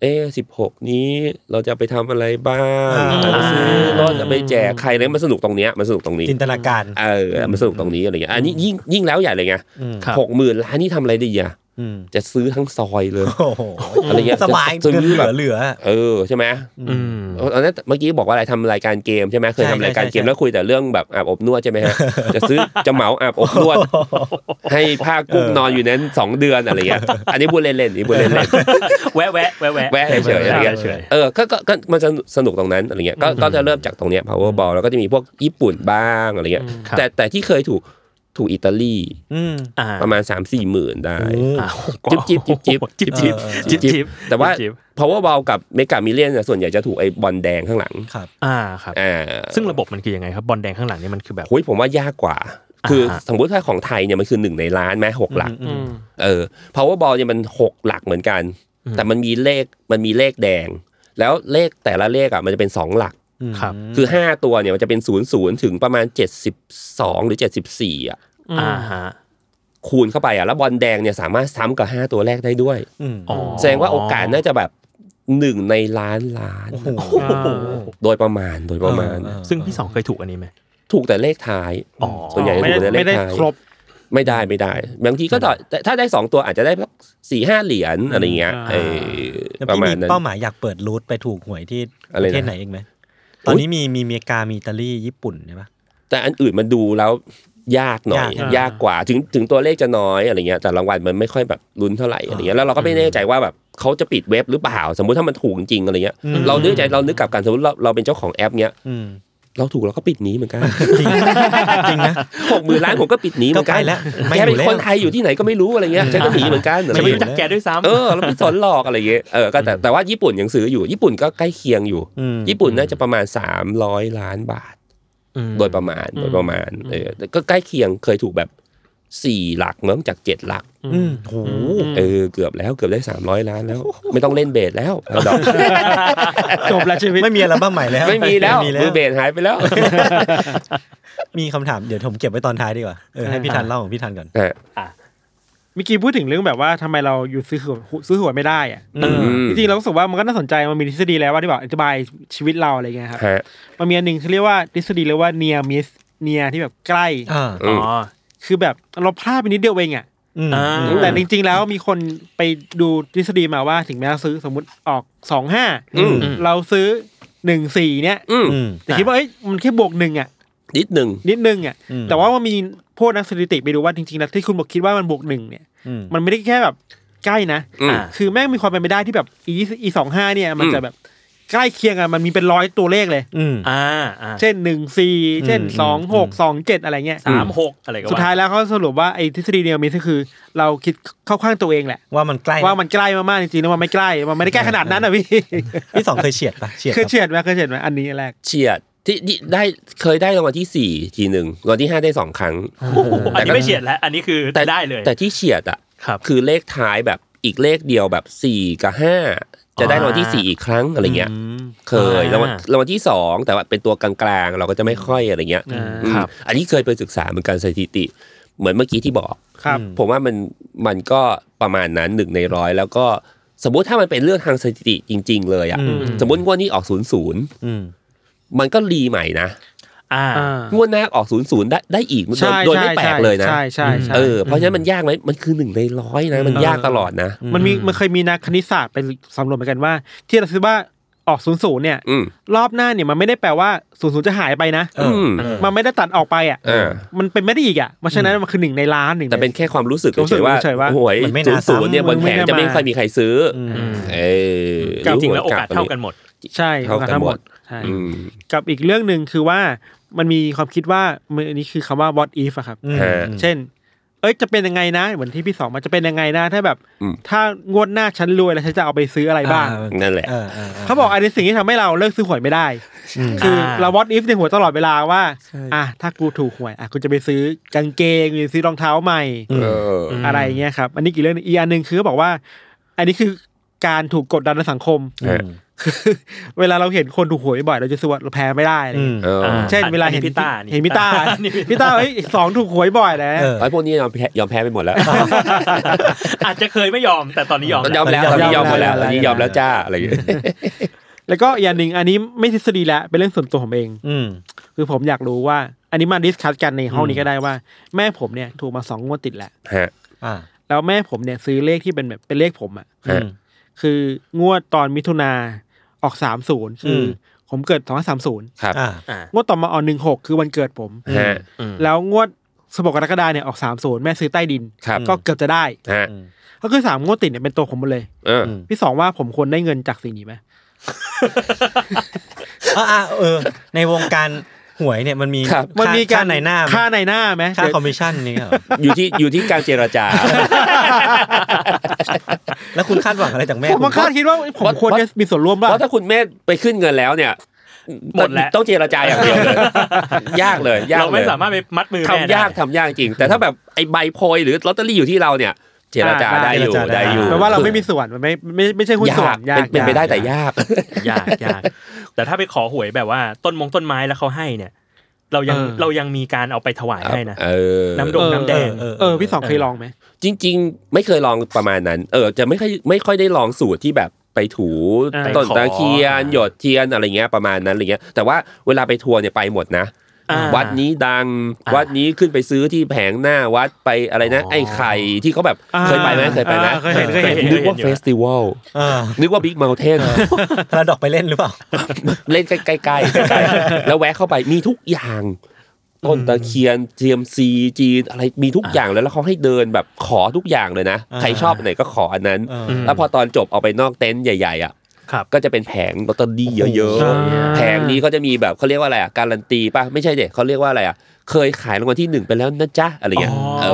E: เอ๊สิบหกนี้เราจะไปทำอะไรบ้าง
B: อ่า
E: เราจะซื้อรถจะไปแจกใครเลยมันสนุกตรงเนี้ยมันสนุกตรงนี้
B: จินตนาการ
E: เออมันสนุกตรงนี้อะไรเงี้ยอันนี้ยิ่งยิ่งแล้วใหญ่เลยไง
B: อืม
D: ครับ
E: หกหมื่นล้านนี่ทำอะไรดีอ่ะ
B: อืม
E: จะซื้อทั้งซอยเลย
B: โอ้โห
E: อะไรเงี้ย
B: สบาย
E: จะ
B: เกิน
E: ซื้อ
B: เห
E: แบบ
B: ลือเหลือ
E: เออใช่ไหม
D: อืม
E: ตอนนั้นเมื่อกี้บอกว่าอะไรทำรายการเกมใช่ไหมเคย
B: ใช่
E: ทำรายการเกม
B: ใช่
E: แล้วคุยแต่เรื่องแบบอาบอบนวดใช่ไหมฮะ จะซื้อจะเหมาอาบอบนวด ให้ผ้ากุ้งนอนอยู่นั้นสองเดือนอะไรเงี้ยอันนี้พูดเล่นๆอันนี่พูดเล่นๆ
D: แวะแวะแวะแวะ
E: แวะเฉยๆอะไรเงี้ย
D: เฉย
E: เออก็ก็ก็มันจะสนุกตรงนั้นอะไรเงี้ยก็ก็จะเริ่มจากตรงเนี้ย powerball แล้วก็จะมีพวกญี่ปุ่นบ้างอะไรเงี้ย
D: ครับ
E: แต่แต่ที่เคยถูกถูกอิตาลี
B: อืม
D: ๆอ่า
E: ประมาณ 3 4มสี่หมื่นได้
D: อ่า
E: จิ๊บจิ๊บจิ๊บจิ๊บ
D: จิ๊บจิ๊บจิ๊บจิ๊บ
E: แต่ว่า
D: จิ๊บ
E: powerball กับเมกามิเลียนยส่วนใหญ่จะถูกไอ้บอลแดงข้างหลัง
B: ครับ
D: อ่าครับ
E: อ่า
D: ซึ่งระบบมันคือยังไงครับบอลแดงข้างหลังนี่มันคือแบบ
E: โอ้ยผมว่ายากกว่า คืออา
D: ฮะ
E: สมมติถ้าของไทยเนี่ยมันคือหนึ่งในล้านไหมหกหลัก
C: อืม
E: เออ powerball เนี่ยมันหกหลักเหมือนกัน แต่มันมีเลขมันมีเลขแดง แล้วเลขแต่ละเลขอ่ะมันจะเป็นสองหลัก
D: ครับ
E: คือ 5 ตัวเนี่ยมันจะเป็น 0 0 ถึงประมาณ 72 หรือ 74อ่ะ
D: อ่าฮะ
E: คูณเข้าไปอ่ะแล้วบอลแดงเนี่ยสามารถซ้ำกับ 5 ตัวแรกได้ด้วย
B: อืม
D: อ๋อ
E: แสดงว่าโอกาสน่าจะแบบหนึ่งในล้านล้าน
B: โอ้โห
E: โดยประมาณโดยประมาณ
B: เออ
D: ซึ่งพี่สองเคยถูกอันนี้ไหม
E: ถูกแต่เลขท้าย
D: อ๋อ
E: ส่วนใหญ่
C: ไม่
E: ถู
C: ได้
E: กแต่เล
C: ไม่
E: ข
C: ได้
E: ท้าย
C: ครบ
E: ไม่ได้ไม่ได้บางทีก็ต่อแต่ถ้าได้ 2 ตัวอาจจะได้สักสี่ห้าเหรียญอะไรเงี้ย
C: อ่า
E: เออ
B: แล้ว
E: ประ
B: พี่
E: มา
B: มี
E: ณนั้น
B: เป้าหมายอยากเปิดรูทไปถูกหวยที่
E: อะไร
B: ป
E: นะ
B: ระเทศไหนอีกไหม ตอนนี้มีมีอเมริกามีอิตาลีญี่ปุ่นใช่ปะ
E: แต่อันอื่นมันดูแล้วยากหน่อย
B: ยาก
E: ยากกว่าถึงถึงตัวเลขจะน้อยอะไรเงี้ยแต่รางวัลมันไม่ค่อยแบบลุ้นเท่าไหร่อะไรเงี้ยแล้วเราก็ไม่แน่ใจว่าแบบเขาจะปิดเว็บหรือเปล่า สมมุติถ้ามันถูกจริงอะไรเงี้ยเรานึกใจเรานึกกลับกันสมมติเราเราเป็นเจ้าของแอปเนี้ย
B: อืม
E: เราถูกเราก็ปิดหนี้เหมือนกัน
B: จริง จริงนะ
E: หกหมื่นล้านผมก็ปิดหนี้เหมือน
B: ก็
E: กัน
B: ไปแล้วไม่
E: แก
B: อยู่
E: เป็น
B: แล้ว
E: คนไทยอยู่ที่ไหนก็ไม่รู้อะไรเงี้ยฉันก็หนีเหมือนกันอะ
D: ฉั
E: ไร
D: นไม่
E: เงี้ย
D: รู้จักแกด้วยซ้ำ
E: เออเราไม่สนหลอกอะไรเงี้ยเออก็แต่แต่ว่าญี่ปุ่นยังซื้ออยู่ญี่ปุ่นก็ใกล้เคียงอยู่
B: อืม
E: ญี่ปุ่นน่าจะประมาณ 300 ล้านบาท โดยประมาณโดยประมาณเออแต่ก็ใกล้เคียงเคยถูกแบบ สี่หลักมั้งจากเจ็ดหลัก
B: อืมโห
E: เออเกือบแล้วเกือบได้สามร้อยล้านแล้ว ไม่ต้องเล่นเบสแล้ว พาราดอกซ์
C: จบแล้วชีวิต
B: ไม่มีอัลบั้มใหม่แล้ว
E: ไม่มีแล้วมือเบสหายไป แล้ว
B: มีคำถามเดี๋ยวผมเก็บไว้ตอนท้ายดีกว่าเออให้พี่ทันเล่าของพี่ทันก่อน
E: เออ
C: เมื่อกี้พูดถึงเรื่องแบบว่าทำไมเราอยู่ซื้อหวยซื้อหวยไม่ได้อะ
B: อืม
C: จริงๆเรารู้สึกว่ามันก็น่าสนใจมันมีทฤษฎีแล้วว่าที่บอกอธิบายชีวิตเราอะไรเงี้ยครับ
E: ฮะ
C: มันมีอันหนึ่งที่เรียกว่าทฤษฎีเรียกว่า near miss near ที่แบบใกล้
B: อ่า
E: อื
D: อ๋
E: ม
D: อ
C: คือแบบเราพลาดไปนิดเดียวเองอ่ะ
B: อืม
D: อ่า
E: ม
C: แต่จริง ๆ แล้วมีคนไปดูทฤษฎีมาว่าถึงแม้เราซื้อสมมติออกสองห้า
E: อืม
C: เราซื้อหนึ่งสี่เนี้ย
E: อืม
B: อืม
C: แต่คิดว่าเอ้ยมันแค่บวกหนึ่งอ่ะ
E: นิดหนึ่ง
C: นิดนึงอ่ะ
B: อืม
C: แต่ว่ามันมีพวกนักสถิติไปดูว่าจริงๆแล้วที่คุณบอกคิดว่ามันบวกหนึ่งเนี่ย
B: อืม
C: มันไม่ได้แค่แบบใกล้นะ
E: อืม
D: อ่า
C: คือแม่งมีความเป็นไปได้ที่แบบอีอีสองห้าเนี่ย มัน
E: อืม
C: จะแบบใกล้เคียงกันมันมีเป็นร้อยตัวเลขเลย
B: อืม
D: อ่าอ่า
C: เช่นหนึ่งสี่เช่น
B: อืม
C: สองหกสองเจ็ดอะไรเงี้ย
D: สามหกอะไรก็ว่
C: สุดท้ายแล้วเขาสรุปว่าไอ้ทฤษฎีเดียวมีก็คือ เราคิดเข้าข้างตัวเองแหละ
B: ว่ามันใกล้
C: ว่ามันใกล้มากๆจริงๆแล้วมันไม่ใกล้ มันไม่ได้ใกล้ขนาดนั้นอ่ะพี่
B: พี่สองเคยเฉียดปะเฉียด
C: เคยเฉียดไหมเคยเฉียดไหมอันนี้แรก
E: เฉียดที่ที่ได้เคยได้รางวัลที่สี่ทีหนึ่งรางวัลที่ห้าได้สองครั้ง
D: โอ้โหอัน
E: แต่
D: นี้
E: ก็
D: ไม่เฉียดแล้ว อันนี้คือ
E: แต่
D: ได้เลย
E: แต่ที่เฉียดอ่ะ
D: ครับ
E: คือเลขท้ายแบบอีกเลขเดียวแบบสี่กับห้าจะได้รางวัลที่สี่อีกครั้งอะไรเงี้ยเค
D: อ่าร
E: ยางวัลรางวัลที่สองแต่ว่าเป็นตัวกลางๆ เราก็จะไม่ค่อยอะไรเงี้ย
C: อ่า
E: อืม
D: ครับ
E: อันนี้เคยไปศึกษาเหมือนกันสถิติ เหมือนเมื่อกี้ที่บอก
C: ครับ
E: ผมว่ามันมันก็ประมาณนั้นหนึ่งในร้อยแล้วก็สมมติถ้ามันเป็นเรื่องทางสถิติจริง ๆ เลยอ่ะ
B: อืม
E: สมมติงวดนี้ออกศูนย์ศูนย์
B: อืม
E: มันก็รีใหม่นะ
D: อ่า
C: อ่าง
E: วดหน้าออกศูนย์ศูนย์ได้ได้อีกโดยโดยไม่แปลกเลยนะ
C: ใช่ใช่ใช่
E: เออเพราะฉะนั้นมันยากไหมมันคือหนึ่งในร้อยนะ มันยากตลอดนะ
C: มันมีมันเคยมีนักคณิตศาสตร์ไปสำรวจเหมือนกันว่า ที่เราคิดว่าออกศูนย์ศูนย์เนี่ย
E: อืม
C: รอบหน้าเนี่ยมันไม่ได้แปลว่าศูนย์ศูนย์จะหายไปนะ
B: เออ
E: ม
C: มันไม่ได้ตัดออกไปอ่ะ
E: เออ
C: มันเป็นไม่ได้อีกอ่ะ เพราะฉะนั้นมันคือหนึ่งในล้านหนึ่ง
E: แต่เป็น
C: ใ
E: แค่ความรู้สึก
C: รู้สึก
E: เฉยๆว่า
C: เฉยๆว่า
E: หวย
B: มันไม่
E: ศู
B: น่าน
E: ย์ศูน
B: ซ้ำ
E: ย์เนี่ยบนแผง
C: มันไม่
E: จะไม่
C: น่ามา
E: ค่อยมีใครซื้ออ
B: อืม
E: เออ
D: จริงๆแล้วโอกาสเท่ากันหมด
C: ใช่
E: เท่ากันหมด
C: ใช่
E: อืม
C: กับอีกเรื่องหนึ่งคือว่ามันมีความคิดว่ามันอันนี้คือคำว่า what if อะครับ
B: อืม
E: ฮะ
C: เช่น เอ้ยจะเป็นยังไงนะ เหมือนที่พี่สองมันจะเป็นยังไงนะ ถ้าแบบ
E: อืม
C: ถ้างวดหน้าฉันรวยแล้วฉันจะเอาไปซื้ออะไรบ้าง
B: อ่
E: นั่นแหละ
B: เออเออเออ
C: เขาบอกอันนี้สิ่งที่ทำให้เราเลิกซื้อหวยไม่ได้ คือเรา what if ในหัวตลอดเวลาว่า อ่ะถ้ากูถูกหวยอ่ะกูจะไปซื้อกางเกงหรือซื้อรองเท้าใหม่
B: อืม
E: เอออ
C: อะไรเงี้ยครับ อันนี้กี่เรื่องหนึ่งอีกอันหนึ่งคือเขาบอกว่า อันนี้คือการถูกกดดันในสังคม
E: อืม
C: คือเวลาเราเห็นคนถูกหวยบ่อยเราจะรู้สึกว่าเราแพ้ไม่ได้อะไร
B: อื
C: เงี้ย
B: ม
E: เออ
D: อ่า
C: เช่น เวลา
D: อัน
C: เห็
D: นี้
C: น
D: พี่ต้า
C: เห็นพิต้า
D: อันนี้พี่
C: พิ
D: ต้า
C: ต้าเอ้ยสองถูกหวยบ่อยนะ
B: เออ
E: ไอ้พวกนี้ยอมแพ้ยอมแพ้ไปหมดแล้ว
D: อาจจะเคยไม่ยอม แต่ตอนนี้ยอม
E: ย
D: แล้
E: อ
D: ว
E: มแล้วตอนนี้ยอมหมดแล้วตอนนี้ยอมแล้วจ้าอะไรอย่างเงี้ย
C: แล้วก็อีกอันหนึ่งอันนี้ไม่ทฤษฎีแล้วเป็นเรื่องส่วนตัวผมเอง
B: อืม
C: คือผมอยากรู้ว่า อันนี้มาดิสคัสกันในห้องนี้ก็ได้ว่า แม่ผมเนี่ยถูกมาสองงวดติดแล้ว
E: ฮะ
B: อ่า
C: แล้วแม่ผมเนี่ยซื้อเลขที่เป็นแบบเป็นเลขผมอ่ะ
B: อื
E: ฮะ
B: ม
C: คืองวดตอนมิถุนาออกสามศูนย์คืออ
B: ม
C: ผมเกิดสองสามศูนย์
E: ครับ
B: อ่า
D: อ่าง
C: วดต่อมาออกหนึ่งหกคือวันเกิดผม
E: ฮะ
D: อืม
C: แล้วงวดสบกรกฎาเนี่ยออกสามศูนย์แม่ซื้อใต้ดิน
E: ครับ
C: ก็เกือบจะได้
E: ฮะ
C: ก็คือสามงวดติดเนี่ยเป็นตัวผมหมดเลย
E: เออ
B: อืม
C: พี่สองว่าผมควรได้เงินจากสิ่งนี้ไหม
B: อ่าอ่าเออ ในวงการหวยเนี่ยมันมี
E: ครับ
C: มันมี
B: ค่
C: การ
B: ในหน้าไหม
C: ค่าในหน้าไหม
B: ค่า
C: เดี๋ยว
B: คอมมิชชั่นนี่เหรอ
E: อยู่ที่อยู่ที่การเจรจา
B: แล้วคุณคาดหวังอะไรจากแม่
C: ผม
B: คุ
C: มา
B: ณ
C: คาดคิดว่าผมควรจะมีส่วนร่วมบ้า
E: เพ
C: ง
E: ราะถ้าคุณแม่ไปขึ้นเงินแล้วเนี่ย
D: หมดแล้ว
E: ต้องเจรจาอย่างเดียวเลย ยากเลยยาก
D: เรา
E: เลย
D: ไม่สามารถไปมัดมือแม่
E: ทำยาก
D: ได้
E: ทำยากจริง แต่ถ้าแบบไอ้ใบโพยหรือลอตเตอรี่อยู่ที่เราเนี่ย เจรจาได้อยู่ได้อยู่
C: แปลว่าเราไม่มีส่วนมันไม่ไม่ไม่ใช่หุ้นส่วย
E: าก
C: นยาก
E: เป็นเป็นไปได้แต่ยาก
D: ยากยากแต่ถ้าไปขอหวยแบบว่า ต้นมงต้นไม้แล้วเขาให้เนี่ย เรายังเรายังมีการเอาไปถวายให้นะ
E: เออ
D: น้ำดง
C: เออ
D: น้ำแดง
C: เออเออพี่สองเคยลองไหม
E: จริง ๆ ไม่เคยลองประมาณนั้น เออ จะไม่ค่อยไม่ค่อยได้ลองสูตรที่แบบไปถู
C: อ่า
E: ต้น
D: ไปขอ
E: ตะเคียน
D: อ่า
E: หยดเทียนอะไรเงี้ยประมาณนั้นอะไรเงี้ย แต่ว่าเวลาไปทัวร์เนี่ยไปหมดนะ
D: อ่า
E: วัดนี้ดัง
D: อ่า
E: วัดนี้ขึ้นไปซื้อที่แผงหน้าวัดไปอะไรนะ
D: อ๋อ
E: ไอ้ไข่ที่เขาแบบ
C: อ่า
E: เคยไปไหมเคยไปไหม
C: อ่าเคยเห็นเคยเห็น
E: นึกว่าเฟสติวัล
B: เออ
E: นึกว่าบิ๊กเมลเทน
B: พาราดอกไปเล่นหรือเปล่า
E: เล่นใกล้ๆใกล้ๆใกล้ ๆแล้วแวะเข้าไปมีทุกอย่าง ต้นตะเคียนเทียมซีจีนอะไรมีทุกอย่างเลยแล้วเขาให้เดินแบบขอทุกอย่างเลยนะ
B: อ่า
E: ใครชอบอันไหนก็ขออันนั้น
B: เออ
E: แล้วพอตอนจบเอาไปนอกเต็นท์ใหญ่ๆอ่ะ
D: ครับ
E: ก็จะเป็นแผงลอตเตอรี่เยอะ
C: อ่า
E: ๆ แผงนี้เขาจะมีแบบเขาเรียกว่าอะไรอ่ะการันตีป่ะไม่ใช่เด็กเขาเรียกว่าอะไรอ่ะ เคยขายรางวัลที่หนึ่งไปแล้วนะจ๊ะอะไรเงี้ย
D: อ๋อ
E: เอ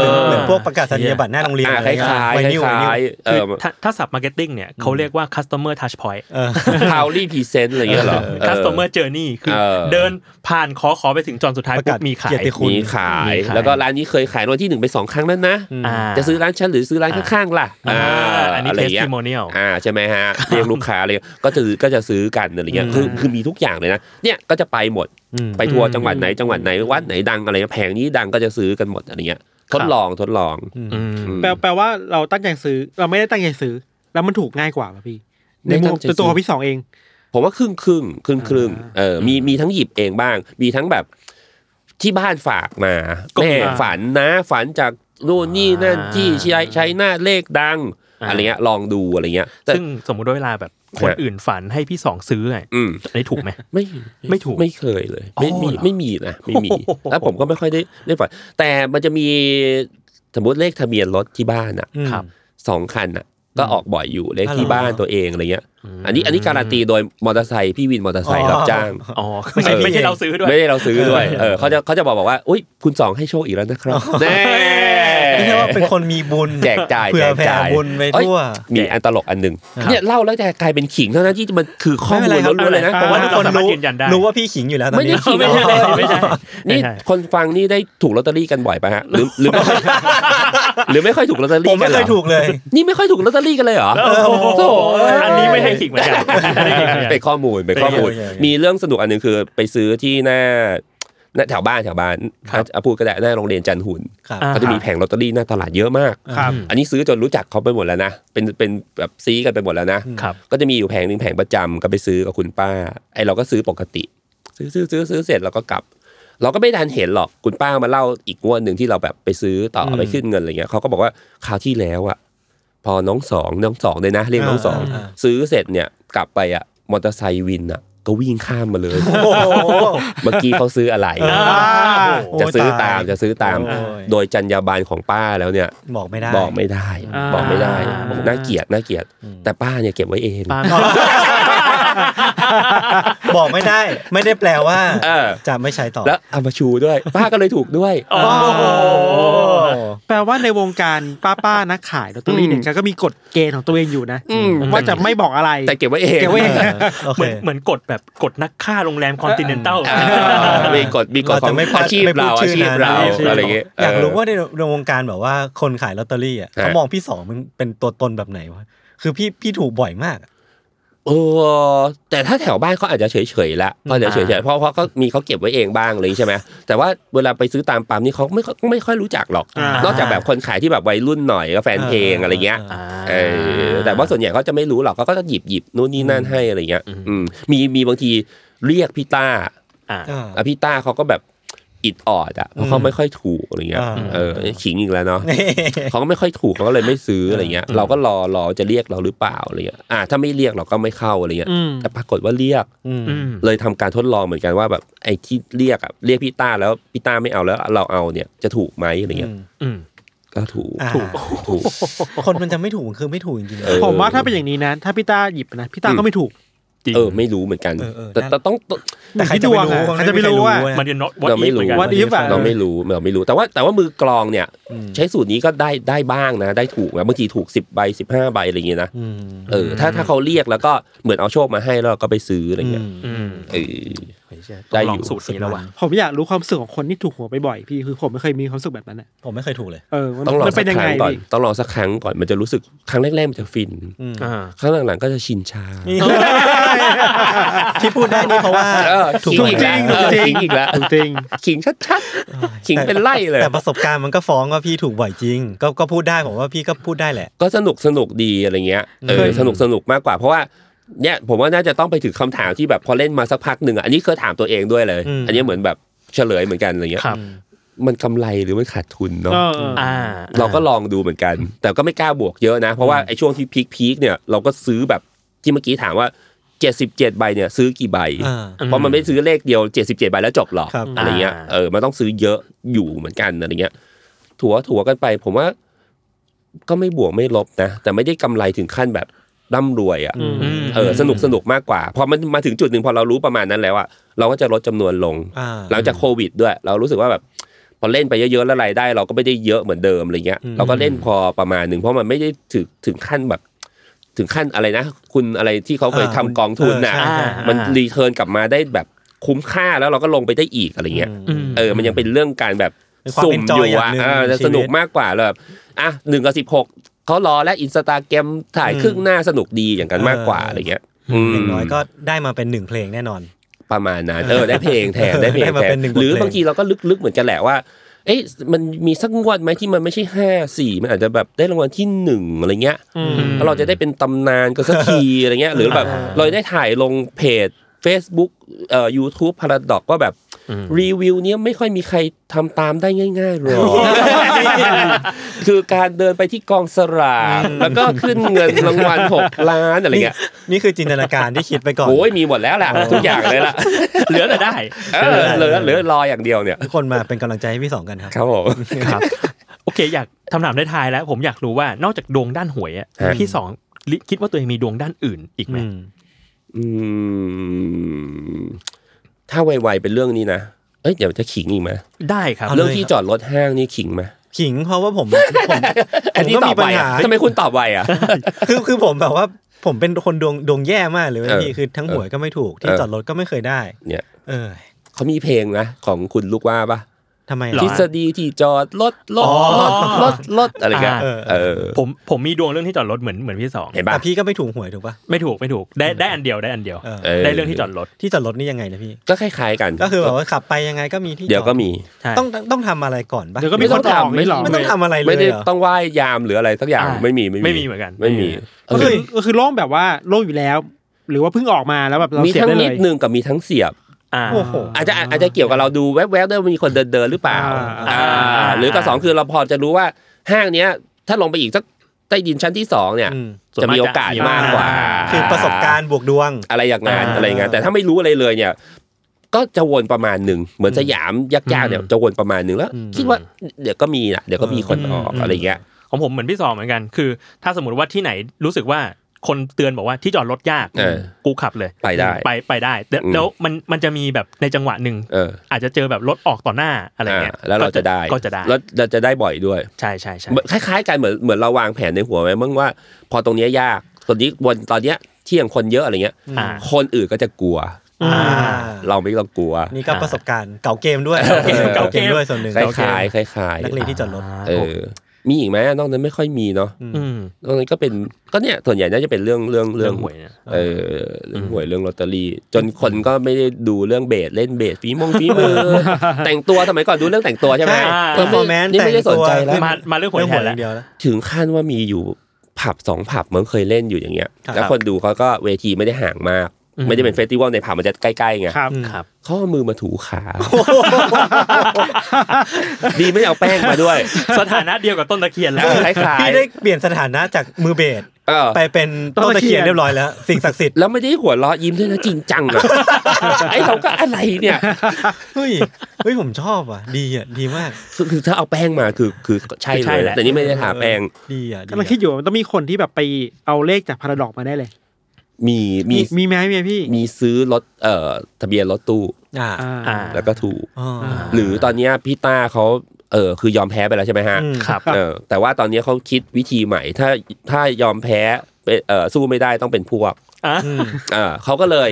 B: เหมือน
E: อ
B: เหมือนพวกประกาศนียบัตรหน้าโรงเรียน
E: อ่ะ
B: อะ
E: ค
B: ไร
E: ล้า
B: เงี้
E: ยๆคล้าย
B: ไวนิลไวนิล
E: ๆเอ
D: คือ
E: อ
D: ถ้าถ้าสับมาร์เก็ตติ้งเนี่ยเขาเรียกว่า customer touch point
B: เออ
E: พาวลี่พรีเซนต์อะไรเงี้ยเหรอเออ
D: customer journey คือ
E: เออ
D: เดินผ่านขอขอไปถึงจอนสุดท้าย
B: ประ
D: ปุ๊
B: กาศ
D: บมีขาย
B: เกียรติคุณ
E: มีขาย
D: มีขาย
E: แล้วก็ร้านนี้เคยขายรางวัลที่หนึ่งไปสองครั้งแล้วนะ
D: อ่า
E: จะซื้อร้านฉันหรือซื้อร้านข้างๆล่ะ
D: อ่าอันนี้
E: ะไรย่างงี้ย
D: testimonial
E: อ่าใช่ไหมฮะ เรียกลูกค้าอะไรก็จะก็จะซื้อกันอะไรเงี้ย คือคือมีทุกอย่างเลยนะ เนี่ยก็จะไปหมด ไปทัวร์จังหวัดไหนจังหวัดไหนวัดไหนดังอะไรแผงนี้ดังก็จะซื้อกันหมดอะไรเงี้ย ทดลองทดลอง
D: อืม
E: อืม
C: แปลแปลว่าเราตั้งใจซื้อเราไม่ได้ตั้งใจซื้อ แล้วมันถูกง่ายกว่าป่ะพี่ ในมุม
E: ไม่ตั้งใจซื้อ
C: ตัวของพี่สองเอง
E: ผมว่าครึ่งครึ่งครึ่งครึ่งเออมีมีทั้งหยิบเองบ้าง มีทั้งแบบที่บ้านฝากมา
D: ก็มี
E: แม่
D: บ้าง
E: ฝันนะฝันจากนู่นนี่นั่นที่ใช้ใช้หน้าเลขดัง
D: อ่า
E: อะไรเงี้ยลองดูอะไรเงี้ยแต่
D: ซึ่งสมมุติว่าเวลาแบบคน
E: ฮะ
D: อื่นฝันให้พี่สองซื้ออ่ะ
E: อืม
D: อันนี้ถูกไหม
E: ไม่
D: ไม่ถูก
E: ไม่เคยเลย ไม่
D: อ๋อเห
E: มี
D: รอ
E: ไม่มีนะไม่มี
D: โอ้โห
E: แล้วผมก็ไม่ค่อยได้ได้ฝันแต่มันจะมีสมมติเลขทะเบียนรถที่บ้านอ่ะ
D: ครับ
E: สองคันอ่ะ ก็ออกบ่อยอยู่เลข
B: อ๋อ
E: ที่บ้าน
B: เหรอ
E: ตัวเองอะไรเงี้ย อันนี้อันนี้การันตีโดยมอเตอร์ไซค์พี่วินมอเตอร์ไซค์รับจ้าง
D: อ๋อไม่ใช่
E: เออ
D: ไม่ใช่เราซื้อด้วย
E: ไม่ได้เราซื้อด้วยเออเขาจะเขาจะบอกบอกว่าอุ้ยคุณสองให้โชคอีกแล้วนะครับ แน่
B: ไม่ใช่ว่าเป็นคนมีบุญ
E: แจกจ่าย
B: เผื่
E: แจ
B: อก แผ่
E: จ่าย
B: บุญไป
E: เอ้ย
B: ทั่ว
E: มีอันตลกอันหนึ่ง
B: ครับ
E: เนี่ยเล่าแล้วแต่กลายเป็นขิงเท่านั้นที่มันคือข้อมูลล้วนๆเลยนะ
D: ไม่เป็นไรครับ พาว่าทุกคนรู้
B: รู้ว่าพี่ขิงอยู่แล้วตอน
E: ไม่ได้
B: นี้
E: ขิง
D: ไม่ใช่ไม่ใช่ไม่ใช่
E: นี่
D: ไม่ใช่
E: คนฟังนี่ได้ถูกลอตเตอรี่กันบ่อยปะฮะหรือหรือไม่ค่อย หรือไม่ค่อยถูกลอตเตอ
B: ผ
E: รี่
B: ม
E: กั
B: ไม่
E: นหรอ
B: เคยถูกเลย
E: นี่ไม่ค่อยถูกลอตเตอรี่กันเลยเหรอ
D: โอ้โหอันนี้ไม่ให้ขิงเหมือนกันอันนี้ขิงเหมือนกัน
E: เป็นข้อมูลเป็นข้อมูล
B: เป็นข้อมูล
E: มีเรื่องสนุกอันหนึ่งคือไปซื้อที่หน้าหน้าแถวบ้านแถวบ้าน
D: ครับ
E: อ่ะพูดก็ได้หน้าโรงเรียนจันหุน
B: ครับ
D: อ่า
E: เขาจะมีแผงลอตเตอรี่หน้าตลาดเยอะมาก
C: ครับ
E: อันนี้ซื้อจนรู้จักเขาไปหมดแล้วนะเป็นเป็นแบบซีกันไปหมดแล้วนะ
D: ครับ
E: ก็จะมีอยู่แผงหนึ่งแผงประจำก็ไปซื้อกับคุณป้า ไอเราก็ซื้อปกติ ซื้อซื้อซื้อซื้อเสร็จเราก็กลับ เราก็ไม่ทันเห็นหรอกคุณป้ามาเล่าอีกงวดหนึ่งที่เราแบบไปซื้อต่ออ
B: ม
E: ไปขึ้นเงินอะไรเงี้ยเขาก็บอกว่าคราวที่แล้วอะพอน้องสองน้องสองเลยนะ เรียกน้องสอง
B: อ่าอ่า
E: ซื้อเสร็จเนี่ยกลับไปอะมอเตอร์ไซค์วินอะก็วิ่งข้ามมาเลย
B: โอ้โห
E: เมื่อกี้เขาซื้ออะไร
D: อ่า
B: โอ้
E: จะซื้อ
B: ตา
E: ตายมจะซื้อตาม
B: โอ้ย
E: โดยจรรยาบรรณของป้าแล้วเนี่ย
B: บอกไม่ได้
E: บอกไม่ได้
C: อ่า
E: บอกไม่ได้บอกน่าเกลียดน่าเกลียด แต่ป้าเนี่ยเก็บไว้เอง
D: ปาล์ม
B: บอกไม่ได้ ไม่ได้แปลว่า
E: เออ
B: จะไม่ใช้ต่อ
E: แล้วเอามาชูด้วย ป้าก็เลยถูกด้วย
D: โอ้
B: โอ้
D: โห
B: โห
C: แปลว่าในวงการป้าป้าๆนักขายลอตเตอรี่เนี่ยแกก็มีกฎเกณฑ์ของตัวเองอยู่นะว่าจะไม่บอกอะไร
E: แต่เก็บไว้เอง
C: เก็บไว้เอง
B: โอ
D: เห
B: เค
D: มือนเหมือนกดแบบกดนักฆ่าโรงแรมคอนติเนนตัล
E: เออมีกฎมีกฎ
B: เรา
E: ขอ
B: จะ
E: ง
B: ไม่พลาด
E: อาชีพ
B: ไม่พู
E: เรา
B: ด
E: อา
B: ชื่อ
E: ชีพ
B: นะ
E: เรา
D: อาชีพ
E: อะไรอย่างเงี้ย
B: อยากรู้ว่า
E: เ
B: ในในวงการแบบว่าคนขายลอตเตอรี่อ่ะเขามองพี่สองมันเป็นตัวตนแบบไหนวะ คือพี่พี่ถูกบ่อยมากอะ
E: เออแต่ถ้าแถวบ้านเขาอาจจะเฉยๆละเขาอาจจะเฉยๆเพราะเพราะเขามีเขาเก็บไว้เองบ้างอะไรอย่างงี้ใช่ไหมแต่ว่าเวลาไปซื้อตามปั๊มนี่เขาไม่ค่อยไม่ค่อยรู้จักหรอก
C: อ่าน น
E: อกจากแบบคนขายที่แบบวัยรุ่นหน่อยก็แฟนเพลงอะไรเงี้ย
B: อ่า
E: เออแต่ว่าส่วนใหญ่เขาจะไม่รู้หรอกเขาก็จะหยิบหยิบนู่นนี่นั่นให้อะไรเงี้ยอืมมีมีบางทีเรียกพี่ต้า
D: อ่า
B: อ่า
E: อ่ะพี่ต้าเขาก็แบบอิดออดอ่ะเพราะเขาไม่ค่อยถูกอะไรเงี้ย
B: อ่า
E: เออขิงอีกแล้วเนาะเขาก็ไม่ค่อยถูกเขาก็เลยไม่ซื้ออะไรเงี้ย เราก็รอรอจะเรียกเราหรือเปล่าอะไรเงี้ยอ่ะถ้าไม่เรียกเราก็ไม่เข้าอะไรเงี้ย
C: อืม
E: แต่ปรากฏว่าเรียก
B: อืม
D: อืม
E: เลยทำการทดลองเหมือนกันว่าแบบไอ้ที่เรียกอ่ะเรียกพี่ต้าแล้วพี่ต้าไม่เอาแล้วเราเอาเนี่ยจะถูกไหมอะไรเงี้ย
D: อืม
E: ก็ถูก
B: อ่า
E: ถูกถูก
B: คนมันจะไม่ถูกคือไม่ถูกจริงๆ
E: เออ
C: ผมว่าถ้าเป็นอย่างนี้นะ ถ้าพี่ต้าหยิบนะพี่ต้าก็ไม่ถูก
D: จริง
E: เออไม่รู้เหมือนกัน
B: เออเออ
E: แต่แต่ต้องต้อง
B: แต่ใครจะไปรู้
C: ใครจะไปรู้อะ
D: มันจะ not what
E: เรา
D: if
E: ไม่
D: เหมื
E: รู้
D: อนกัน
C: What if อะ
E: เราไม่รู้เราไม่รู้แต่ว่าแต่ว่ามือกลองเนี่ย ใช้สูตรนี้ก็ได้ได้บ้างนะ ได้ถูกนะบางทีถูกสิบใบสิบห้าใบอะไรอย่างเงี้ยนะ
B: อืม
E: เออถ้าถ้าเขาเรียกแล้วก็เหมือนเอาโชคมาให้แล้วเราก็ไปซื้ออะไรเงี้ย
D: อืม
E: เออ
D: เฮ้ยเชี่ย
E: ได้
D: ต้อง
E: อยู่
D: ลองสูตรนี้แล้วว่ะ
C: ผมอยากรู้ความรู้สึกของคนที่ถูกหวยบ่อยๆพี่คือผมไม่เคยมีความรู้สึกแบบนั้นอะ
B: ผมไม่เคยถูกเลย
C: เออมัน
E: ต้องลอง
C: มัน
E: สั
C: เป็
E: ก
C: นยัง
E: ครั้
C: ไง
E: งก่อน
C: พี่
E: ต้องลองสักครั้งก่อนมันจะรู้สึกครั้งแรกๆมันจะฟิน
D: อ่า
E: ครั้งหลังๆก็จะชินชา
B: ที่พูดได้นี่เพราะว่า
E: เออ
B: ถูก
E: ขิงอีกแล้ว
C: ถูกจริง
E: เออขิงอีกแล้ว
C: จริง
E: ขิงชัดๆขิงเป็นไล่เลย
B: แต่ประสบการณ์มันก็ฟ้องว่าพี่ถูกบ่อยจริง ก็ก็พูดได้ผมว่าพี่ก็พูดได้แหละ
E: ก็สนุกสนุกดีอะไรเงี้ยเออสนุกสนุกมากกว่า เพราะว่าเนี่ยผมว่าน่าจะต้องไปถึงคำถามที่แบบพอเล่นมาสักพักหนึ่งอ่ะอันนี้เคยถามตัวเองด้วยเลย
B: อืม
E: อันนี้เหมือนแบบเฉลยเหมือนกันอะไรเงี้ย
D: ครับ
E: มันกำไรหรือมันขาดทุนเนาะ
C: เออเออ
D: อ่า
E: เราก็ลองดูเหมือนกัน แต่ก็ไม่กล้าบวกเยอะนะ เพราะว่าไอ้ช่วงที่พีคพีคเนี่ยเราก็ซื้อแบบที่เมื่อกี้ถามว่า 77 ใบเนี่ยซื้อกี่ใบ
B: อ่า
E: เพราะมันไม่ได้ซื้อเลขเดียว 77 ใบแล้วจบหรอก
B: ครับ
E: อะไรเงี้ย
D: อ่า
E: เออมันต้องซื้อเยอะอยู่เหมือนกันอะไรเงี้ยถัวถัวกันไป ผมว่าก็ไม่บวกไม่ลบนะ แต่ไม่ได้กำไรถึงขั้นแบบร่ำรวยอ่ะ
C: อืม
E: เออสนุกสนุกมากกว่าพอมันมาถึงจุดหนึ่งพอเรารู้ประมาณนั้นแล้วอ่ะ เราก็จะลดจำนวนลง
B: อ่า
E: หลังจากโควิดด้วย เรารู้สึกว่าแบบพอเล่นไปเยอะๆแล้วรายได้ เราก็ไม่ได้เยอะเหมือนเดิมอะไรเงี้ย
B: อืม
E: เราก็เล่นพอประมาณหนึ่งเพราะมันไม่ได้ถึงถึงขั้นแบบ ถึงขั้นอะไรนะ คุณอะไรที่เขาเคยทำกองทุนน่ะ
B: เออใช่
E: มันรีเทิร์นกลับมาได้แบบคุ้มค่าแล้วเราก็ลงไปได้อีกอะไรเงี้ย
D: อืม
E: เออ มันยังเป็นเรื่องการแบบ
B: เป็นความ
E: สุ่ม
B: enjoy
E: อ
B: อ
E: ยู่
B: ย่าง
E: อ่ะ
B: หนึ่ง
E: เออ
B: ในชีวิต
E: จะสนุกมากกว่าแล้วแบบอ่ะหนึ่งกับสิบหกเขารอและอินสตาแกรมถ่าย
B: อืม
E: ครึ่งหน้าสนุกดีอย่างกันมากกว่า
B: เอออ
E: อะไรเงี้ยอืม
B: อย่างน้อยก็ได้มาเป็นหนึ่งเพลงแน่นอน
E: ประมาณนั้นเออได้เพลงแท นได้เพล
B: ได้
E: ง
B: มา
E: แท
B: เป็น นหนึ่งบท
E: หรือ
B: เพลง
E: บางทีเราก็ลึกๆเหมือนกันแหละว่า เอ๊ะมันมีสักงวดไหมที่มันไม่ใช่ห้าสี่มันอาจจะแบบได้รางวัลที่หนึ่งอะไรเงี้ย แล้วเราจะได้เป็นตำนานกันสักทีอะไรเงี้ย หรือแบบ
D: อ่า
E: เราได้ถ่ายลงเพจ Facebook เอ่อ YouTube Paradox ว่าแบบ
D: อืม
E: รีวิวเนี้ยไม่ค่อยมีใครทำตามได้ง่ายๆหร อกคือการเดินไปที่กองสลากแล้วก็ขึ้นเงินรางวัล 6 ล้านอะไรเงี้ย
B: นี่นี่คือจินตนาการที่คิดไปก่อน
E: โอ้ยมีหมดแล้วแหละทุกอย่างเลยล่ะ
D: เหลือแต่ได้
E: เออเหลือเหลือรออย่างเดียวเนี่ย
B: ทุกคนมาเป็นกำลังใจให้พี่สองกันครับ
E: ครับผม
D: ครับ โอเค อยากคำถามได้ทายแล้ว ผมอยากรู้ว่านอกจากดวงด้านหวยอะ
E: ฮะ
D: พี่สองลิคิดว่าตัวเองมีดวงด้านอื่นอีกไหม
B: อืม
E: อืมถ้าไวๆเป็นเรื่องนี้นะเอ้ยเดี๋ยวจะขิงอีกไหม
D: ได้ครับ
B: เอาเลย
E: เรื่องที่จอดรถห้างนี่ขิงไหม
B: ขิงเพราะว่าผมผมผ
E: อัน
B: ม
E: นี้
B: ก็
E: ตอ
B: มี
E: บไว
B: ปัญ
E: อ่ะ
B: หา
E: ทำไมคุณตอบไวอ่ะ
B: คือคือผมแบบว่าผมเป็นคนดวงดวงแย่มากเลยเว้ย
E: เออ
B: พี่คือทั้งหวยก็ไม่ถูกที่
E: เออ
B: จอดรถก็ไม่เคยได้
E: เนี่ย
B: เออ
E: เขามีเพลงนะของคุณลูกว่าปะ
B: ทำไม
D: หรอ
E: ทฤ
B: อ่ะ
E: ษฎีที่จอดรถรถ
B: อ๋อ
E: รถรถรถอะไรกัน
D: อ่า
E: เออเออ
D: ผมผมมีดวงเรื่องที่จอดรถเหมือนเหมือนพี่สอง
E: เห็นปะ
B: อ่ะพี่ก็ไม่ถูกหวยถูกปะ
D: ไม่ถูกไม่ถูกได้ได้อันเดียวได้อันเดียว
B: เออ
E: เออ
D: ได้เรื่องที่จอดรถ
B: ที่จอดรถนี่ยังไงนะพี่
E: ก็คล้ายๆกัน
B: ก็คือแบบว่าขับไปยังไงก็มีที่จอ
E: เดี๋ยวก็มี
D: ใช่
B: ต้องต้องทำอะไรก่อนปะ
C: เดี๋ยวก็มี
E: ไม่
C: ค
E: ต้อน ง
C: ต่อ
E: ทำ
C: ไม่หรอ
B: ไม่ต้องทำอะไรเลย
E: ไม่ได้
B: เหรอ
E: ต้องไหว้ยามหรืออะไรสักอย่าง
D: อ่า
E: ไม่มีไม่มี
D: ไม่มีเหมือนกัน
E: ไม่มี
C: ก็คือก็คือโล่งแบบว่าโล่งอยู่แล้ว หรือว่าเพิ่งออกมาแล้วแบบเรา
E: มี
C: เสียบ
E: ทั้ง
C: ได้เล
E: นิด
C: ย
E: นึงกับมีทั้งเสียบ
D: อ่า
B: โอ้โห
E: อาจจะอาจจะเกี่ยวกับเราดูแวบๆด้วยว่ามีคนเดินเดินๆหรือเปล่า
C: อ่า
E: อ่าหรือกับสองคือเราพอจะรู้ว่าห้างเนี้ย ถ้าลงไปอีกสักใต้ดินชั้นที่สองเนี่ย
B: อืม
E: จะมีโอกาสมากกว่า
B: คือประสบการณ์บวกดวง
E: อะไรอย่างงาน
D: อ่า
E: อะไรอย่างงานแต่ถ้าไม่รู้อะไรเลยเนี่ย ก็จะวนประมาณหนึ่งเหมือนสยามยากๆเนี่ยจะวนประมาณหนึ่งแล้ว
B: อืม
E: คิดว่าเดี๋ยวก็มีนะเดี๋ยวก็มีคนออก
D: อืม
E: อะไรอย่างเงี้ย
D: ของผมเหมือนพี่สองเหมือนกัน คือ ถ้าสมมติว่าที่ไหนรู้สึกว่าคนเตือนบอกว่าที่จอดรถยาก
E: เออ
D: กูขับเลย
E: ไปได้
D: ไปไปได้แต่
E: อืม
D: แล้วมันมันจะมีแบบในจังหวะหนึ่ง
E: เออ
D: อาจจะเจอแบบรถออกต่อหน้าอะไรเงี้ย
E: อ่าแล้วเราจะได้
D: ก็จะได้
E: แล้วเราจะได้บ่อยด้วย
D: ใช่ใช่ใช่
E: เหมือนคล้าย ๆ กันเหมือนเหมือนเราวางแผนในหัวไว้มั่งว่า พอตรงเนี้ยยากตอนนี้วันตอนเนี้ยเที่ยงคนเยอะอะไรเงี้ย
D: อ่า
E: คนอื่นก็จะกลัว
B: อ่า
E: เราไม่ต้องกลัว
B: นี่ก็ประสบการณ์เก่าเกมด้วย
D: เก่า
B: เก่า
D: เก
B: เก
D: ม
B: มด้วยส่วนหนึ่ง
E: คล้ายๆคล้ายๆ
B: นักเรียนที่จอดรถ
E: เออมีอีกไหมนอกนั้นไม่ค่อยมีเนาะ
D: อืม
E: นอกนั้นก็เป็นก็เนี่ยส่วนใหญ่น่าจะเป็นเรื่องเรื่อง
D: เรื่
E: เรื่
D: อ
E: อง ง
D: หวยเนี่ย
E: เออเรื่องหวยเรื่องลอตเตอรี่ จนคนก็ไม่ได้ดูเรื่องเบสเล่นเบสฝีมงฝีมือ แต่งตัวสมัยก่อนดูเรื่องแต่งตัวใช่ไหม
B: ใช่
E: เออไม่
B: performance
E: นี่ไม่ได้สนใจแล้ว
B: แต่งตัว
D: มามาเรื่องหวย
B: เรื่อง
D: แท
B: หวน ยอ
D: แล้ว
B: ย่างเดียวแล้ว
E: ถึงขั้นว่ามีอยู่ผับสองผับมันเคยเล่นอยู่อย่างเงี้ย
B: ครับ
E: แล้วคนดูเขาก็เวทีไม่ได้ห่างมาก
D: อืม
E: ไม่ได้เป็นเฟสติวัลในผับมันจะใกล้ๆไง
C: ครับ
D: ครับ
E: เขาเอามือมาถูขา ดีไม่ได้เอาแป้งมาด้วย
D: สถานะเดียวกับต้นตะเคียนแล้
E: เอ
D: ว
E: อคล้าย
B: พี่ได้เปลี่ยนสถานะจากมือเบส
E: ๆเออ
B: ไปเป็น
C: ต้
B: ต้
C: น
B: น
C: ตะ
B: ตะ
C: เคี
B: เคี
C: ย
B: ย
C: น
B: นเรียบร้อยแล้ว สิ่งศักดิ์สิทธิ์
E: แล้วไม่ได้หัวเราะยิ้มด้วยนะจริงจังอะ ไอ้เราก็อะไรเนี่ย
B: เฮ้ยเฮ้ยผมชอบอ่ะ ดีอ่ะดีมาก
E: คือคือถ้าเอาแป้งมาคือคือใช่
D: ใช่
E: เลย
D: แหละ
E: แต่นี่ไม่ได้ทาแป้ง
B: ดีอ่ะดี
C: กำลัง
B: อ่ะ
C: คิดอยู่ว่ามันต้องมีคนที่แบบไปเอาเลขจากพาราดอกมาได้เลย
E: มีมี
C: มีไหมมีไหมพี่
E: มีซื้อรถเอ่อทะเบียนรถตู้
B: อ่า
C: อ่า
D: อ่า
E: แล้วก็ถูก
B: อ๋อ
E: หรือตอนเนี้ยพี่ต้าเขาเออคือยอมแพ้ไปแล้วใช่ไหมฮะ
B: อืม
D: ครับ
E: เออแต่ว่าตอนเนี้ยเขาคิดวิธีใหม่ ถ้าถ้ายอมแพ้ไปเออสู้ไม่ได้ต้องเป็นพวก
D: อ่ะ
B: อืม
E: เออเขาก็เลย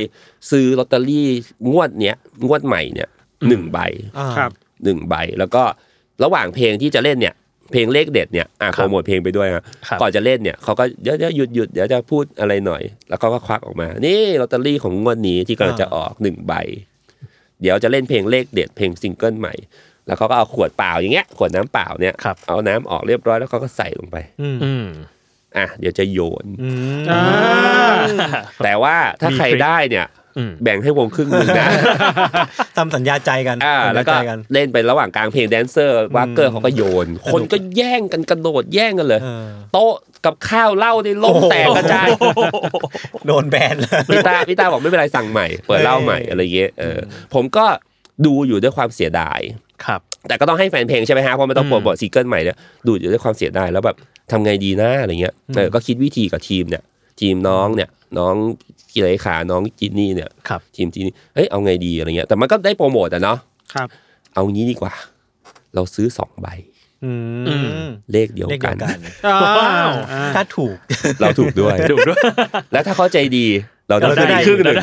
E: ซื้อลอตเตอรี่งวดเนี้ยงวดใหม่เนี่ยหนึ่งใบ
B: อ่า
C: ครับ
E: หนึ่งใบ แล้วก็ระหว่างเพลงที่จะเล่นเนี่ย เพลงเลขเด็ดเนี่ยอ่ะโปรโมทเพลงไปด้วยฮะ
D: ครับ
E: ก่อนจะเล่นเนี่ยเขาก็เดี๋ยวเดี๋ยวหยุดหยุดเดี๋ยวจะพูดอะไรหน่อย แล้วเขาก็ควักออกมา นี่ลอตเตอรี่ของงวดนี้ที่กำลังจะออกหนึ่งใบ เดี๋ยวจะเล่นเพลงเลขเด็ดเพลงซิงเกิลใหม่ แล้วเขาก็เอาขวดเปล่าอย่างเงี้ยขวดน้ำเปล่าเนี่ย
D: ครับ
E: เอาน้ำออกเรียบร้อยแล้วเขาก็ใส่ลงไป
B: อืม
D: อืม
E: อ่ะเดี๋ยวจะโยน
B: อืม
C: อ่า
E: แต่ว่าถ้า
D: มี
E: ใคร
D: ทริค
E: ได้เนี่ย
D: อืม
E: แบ่งให้วงครึ่งหนึ่งนะ
B: ทำสัญญาใจกัน
E: อ่า
B: สัญ
E: แล้
B: ญาว
E: ก็
B: ใจกัน
E: เล่นไประหว่างกลางเพลงแดนเซอร์วากเกอร์เขาก็โยน คนก็แย่งกันกระโดดแย่งกันเลย
B: เออ
E: โต๊ะกับข้าวเหล้าในล่มแตกกระจาย
B: โดนแบนเลย
E: พี่ตาพี่ตาบอกไม่เป็นไรสั่งใหม่ เปิดเหล้าใหม่อะไรเงี้ยเอออผมก็ดูอยู่ด้วยความเสียดาย
D: ครับ
E: แต่ก็ต้องให้แฟนเพลงใช่ไหมฮะเพราะมันต้อง
D: อืม
E: โปรโมทซิงเกิลใหม่เนี่ยดูอยู่ด้วยความเสียดายแล้วแบบทำไงดีนะอะไรเงี้ยเออก็คิดวิธีกับทีมเนี่ย ทีมน้องเนี่ยน้อง กินอะไรขาน้องจีนี่เนี่ย
D: ครับ
E: ทีมจีนี่เอ้ยเอาไงดีอะไรเงี้ยแต่มันก็ได้โปรโมทอะเนาะ
C: ครับ
E: เอางี้ดีกว่า เราซื้อสองใบ
B: อืม
E: เลขเดียว
B: เลขเดี
E: กั
B: ยว
E: น
B: กัน
C: ว้าว
B: ถ้าถูก
E: เราถูกด้วย
D: ถูกด้วย
E: แล้วถ้าเขาใจดี เรา
B: เรา
E: ได้
B: ได้
E: ครึ่งหนึ่ง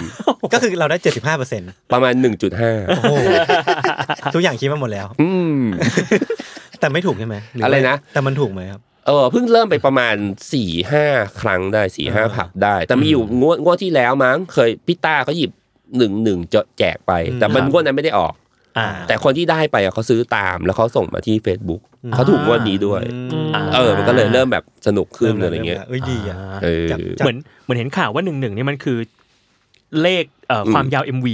B: ก็คือเราได้เจ็ดสิบห้าเปอร์เซ็นต์
E: ประมาณ 1.5
B: โอ้โหทุกอย่างคิดมาหมดแล้ว
E: อืม
B: แต่ไม่ถูกใช่ไหมหว่า
E: อะไรนะ
B: แต่มันถูกไหมครับ
E: เออเพิ่งเริ่มไปประมาณ4ี่ห้าครั้งได้4ี่ห้า
B: อ่า
E: ผับได้ แต่มีอยู่งวดงวดที่แล้วมั้งเคยพี่ต้าเขาหยิบหนึ่งหนึ่งจะแจกไป แต่มัน
D: ครับ
E: งวดนั้นไม่ได้ออก
B: อ่า
E: แต่คนที่ได้ไปอะเขาซื้อตามแล้วเขาส่งมาที่ Facebook เขาถูกงวดนี้ด้วย
B: อืม
E: เออ มันก็เลยเริ่มแบบสนุกขึ้นอะไรเงี้ย
B: เอ้ยดีอ่ะ
D: อ่า
E: เออ
B: จับจับ
D: เหมือนเหมือนเห็นข่าวว่าหนึ่งหนึ่งนี่ยมันคือ เลขเอ่ออ
E: ม
D: ความยาว MV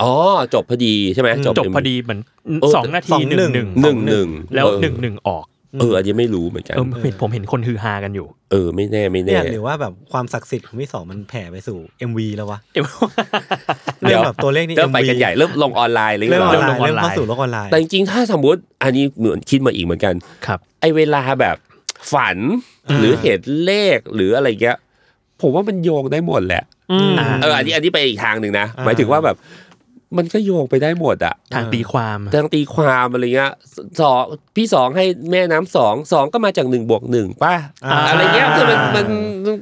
E: อ๋อ จบพอดีใช่ไหม
D: จบพอดีเหมือน
E: เออ
D: สองนาทีหนึ่งหนึ่ง
E: หนึ่งหนึ่ง
D: แล้ว
E: เออ
D: หนึ่งหนึ่งออก
E: เอออันนี้ไม่รู้เหมือนกัน
D: เออเห็นผมเห็นคนฮือฮากันอยู่
E: เออไม่แน่ไม่
B: เนี่
E: แน่
B: ยหรือว่าแบบความศักดิ์สิทธิ์ของพี่สองมันแผ่ไปสู่ MV แล้ววะ
E: เดี๋
B: เริ่
E: ย
B: ม
E: ว
B: แบบตัวเลขนี่
E: เริ่มไป
B: MV
E: กันใหญ่เริ่มลงออนไลน์อะไร
B: เริ่
E: เงี้
B: ม
E: ย
B: ออน
E: เห
B: ไลน์
E: รอ
B: เริ่มเข้าสู่โลกออนไลน์
E: แต่จริงๆถ้าสมมติอันนี้เหมือนคิดมาอีกเหมือนกัน
D: ครับ
E: ไอเวลาแบบฝัน
B: อ่า
E: หรือเห็นเลขหรืออะไรเงี้ยผมว่ามันโยงได้หมดแหละ
C: อืม
E: เอออันนี้อันนี้ไปอีกทางหนึ่งนะ
B: อ่า
E: หมายถึงว่าแบบ มันก็โยงไปได้หมดอะ
D: ทางตีความ
E: ทางตีความอะไรเงี้ยสสองพี่สองให้แม่น้ำสองสองก็มาจากหนึ่งบวกหนึ่งป่ะ
B: อ่า
E: อะไรเงี้ยคือมันมันมัน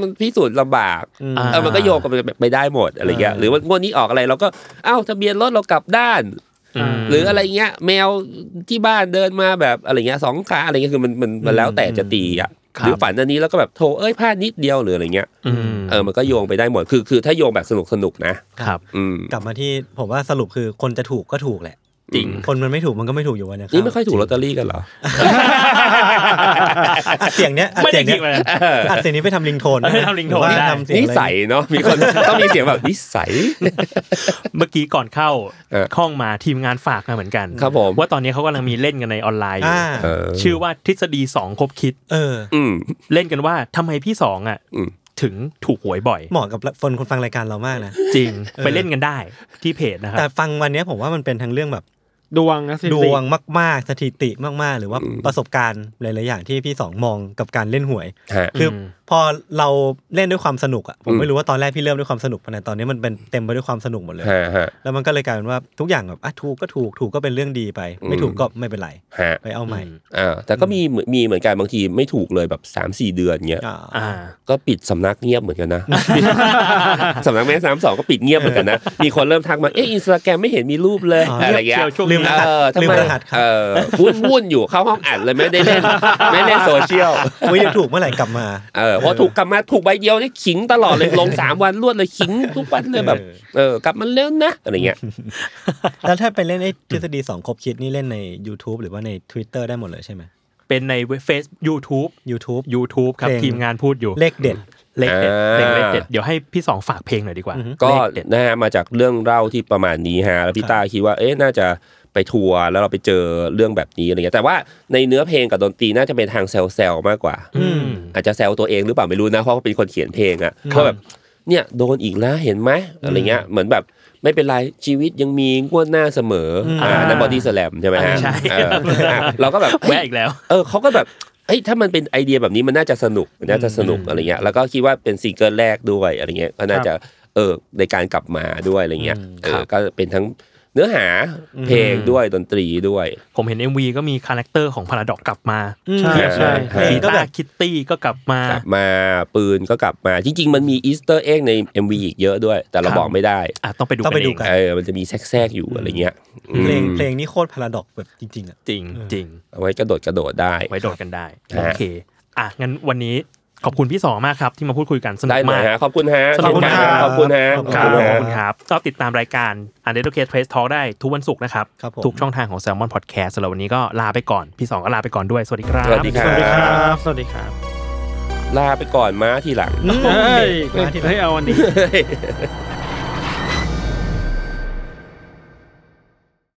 E: มันพิสูจน์ลำบาก
B: อืม
D: อ่า
E: เออมันก็โยงกันไปไปได้หมดอะไรเงี้ย
B: อ่า
E: หรือว่างวดนี้ออกอะไรเราก็เอ้าทะเบียนรถเรากลับด้าน
D: อืม
E: หรืออะไรเงี้ยแมวที่บ้านเดินมาแบบอะไรเงี้ยสองขาอะไรเงี้ยคือมันมันมันแล้วแต่จะตีอ่ะ
D: ครับ
E: หรือฝันอันนี้แล้วก็แบบโถเอ้ยพลาดนิดเดียวหรืออะไรเงี้ย
D: อืม
E: เออมันก็โยงไปได้หมดคือคือถ้าโยงแบบสนุกสนุกนะครับ อืม
B: กลับมาที่ผมว่าสรุปคือคนจะถูกก็ถูกแหละ
D: จริง
B: คนมันไม่ถูกมันก็ไม่ถูกอยู่วันนี้
E: นี่ไม่ค่อยถูกลอตเตอรี่ กันเหรอ
B: อัดเสียงเนี้ยอัด
D: ไม่
B: เสี
D: ได้
B: ยง
D: คิดมา
B: เนี้ยอัดเสียงนี้ไปทำลิงโทน
D: เออทำลิงโทน
B: ว่า
D: ได้
B: ทำเสียง
E: นิ
B: อะไร
E: สัยเนาะมีคนต้องมีเสียงแบบนิสั ย
D: เมื่อกี้ก่อนเข้า
E: เออ
D: ข้องมาทีมงานฝากมาเหมือนกัน
E: ครับผม
D: ว่าตอนนี้เขากำลังมีเล่นกันในออนไลน์อยู่
B: อ่า
E: เออ
D: ชื่อว่าทฤษฎีสองคบคิด
B: เออ
E: อืม
D: เล่นกันว่าทำไมพี่สองอ่ะ
E: อืม
D: ถึงถูกหวยบ่อย
B: เหมาะกับคนคนฟังรายการเรามากนะ
D: จริง
B: เออ
D: ไปเล่นกันได้ที่เพจนะค
B: แต่
D: รับ
B: ฟังวันเนี้ยผมว่ามันเป็นทั้งเรื่องแบบ
C: ดวงนะสิ
B: ดวงมาก ๆ สถิติมาก ๆ หรือว่าประสบการณ์หลาย ๆ อย่างที่พี่สองมองกับการเล่นหวย
E: ฮะ
B: คือพอเราเล่นด้วยความสนุกอ่ะผม
E: อืม
B: ไม่รู้ว่าตอนแรกพี่เริ่มด้วยความสนุกปะนะตอนนี้มันเป็นเต็มไปด้วยความสนุกหมดเลย
E: ฮะฮะ
B: แล้วมันก็เลยกลายเป็นว่าทุกอย่างแบบอ่ะถูกก็ถูกถูกก็เป็นเรื่องดีไป ไม่
E: อืม
B: ถูกก็ไม่เป็นไร
E: ฮะ
B: ไปเอาใหม่
E: อ่าแต่ก็มีเหมือนมีเหมือนกันบางทีไม่ถูกเลยแบบสามสี่เดือนเงี้ย
B: อ่า
D: อ่า
E: ก็ปิดสำนักเงียบเหมือนกันนะ สำนักแม่สามสองก็ปิดเงียบเหมือนกันนะ มีคนเริ่มทักมา เอ๊ะอินสตาแกรมไม่เห็นมีรูปเลย อะไรเงี้ย
D: ช่วงนี้
B: ลืมรหัส
E: เออทำ
B: ลืม
E: ไม
B: รหัสครั
E: เอบ อวุ่นวุ่นอยู่เข้าห้องอัดเลยไม่ได้เล่น ไม่เล่นโซเชียล
B: เว้ยเดี๋ยวถูกเมื่อไหร่กลับมา
E: เออเพราะถูกกลับมาถูกใบเดียวเนี่ยขิงตลอดเลยลงสามวันรวดเลยขิงทุกวันเลย แบบเออกลับมาเล่นนะอะไรเงี้ย
B: แล้วถ้าไปเล่นไอ้ทฤษฎีสองคบคิดนี่เล่นใน YouTube หรือว่าใน Twitter ได้หมดเลยใช่ไหม
D: เป็นในเฟซ YouTube
B: YouTube
D: YouTube ครับ
B: เพลง
D: ทีมงานพูดอยู่
B: เลขเด็ด
D: เลขเด็ดเพลงเลขเด็ดเดี๋ยวให้พี่สองฝากเพลงหน่อยดีกว่า
B: อือฮึ
E: ก็
D: เลขเด็ด
E: นะฮะมาจากเรื่องเล่าที่ประมาณนี้ฮะแล้วพี่ตาคิดว่าเอ๊ะน่าจะไปทัวร์แล้วเราไปเจอเรื่องแบบนี้อะไรเงี้ยแต่ว่าในเนื้อเพลงกับดนตรีน่าจะเป็นทางแซลๆมากกว่า
B: อืม
E: อาจจะแซวตัวเองหรือเปล่าไม่รู้นะเพราะเขาเป็นคนเขียนเพลงอะ
B: ครับ
E: เขาแบบเนี่ยโดนอีกแล้วเห็นไหมอะไรเงี้ยเหมือนแบบไม่เป็นไรชีวิตยังมีงวดหน้าเสมออ่า
D: อ่า
E: นั่นบอดี้สแลมใช่ไหมฮะ
D: ใช่
E: เออ อ่ะเราก็แบบเฮ้ย
D: แวะอีกแล้ว
E: เออเขาก็แบบเอ้ยถ้ามันเป็นไอเดียแบบนี้มันน่าจะสนุกมันน่าจะสนุกอะไรเงี้ยแล้วก็คิดว่าเป็นซิงเกิลแรกด้วยอะไรเงี้ยก็น่าจะเออในการกลับมาด้วยอะไรเงี้ยเออก็เป็นทั้งเนื้อหาเพลงด้วยดนตรีด้วย
D: ผมเห็น MV ก็มีคาแรคเตอร์ของพาราดอกกลับมา
C: ใช่ใช่
E: เออ
D: กีตาร์คิตตี้ก็กลับมา
E: กลับมาปืนก็กลับมาจริง ๆ มันมีอีสเตอร์เอ็กใน MV อีกเยอะด้วย แต่เรา
D: ครับ
E: บอกไม่ได้
D: อ่ะต้องไปดู
B: ต้องไปดูกั
D: กันเอ
E: เออ มันจะมีแทรกๆอยู่อะไรเงี้ยอืม
B: เพลงเพลงนี้โคตรพาราดอกแบบจริง ๆ อ่ะ
D: งจริงจริง
E: เอาไว้กระโดดกระโดดได้
D: ไว้โดดกันได้
E: ฮะ
D: โอเค อ่ะงั้นวันนี้ขอบคุณพี่สองมากครับ ที่มาพูดคุยกันสนุ
E: ได้
D: ก
E: เล
D: มาย ก
E: ฮะ ขอบคุณฮะ
D: สนุกมาก
E: ขอบคุณฮะ
D: ครับ
C: ขอบคุณค
D: ข
C: รั
D: อบบ คุณครับก็ติดตามรายการ u n d e r t a k e Trace Talk ได้ทุกวันศุกร์นะครับ
B: ครับผม
D: ทุกช่องทางของ Salmon Podcast สำหรับวันนี้ก็ลาไปก่อน พี่สองก็ลาไปก่อนด้วย สวัสดีครับ
E: สวัสดีครั
C: สวัสดีครับ สวัสดีครับ
E: ลาไปก่อนม้าทีหลัง
C: เฮ้ย
B: มาที่ไหน
C: เฮ้ยเอาวันนี้
E: เฮ้ย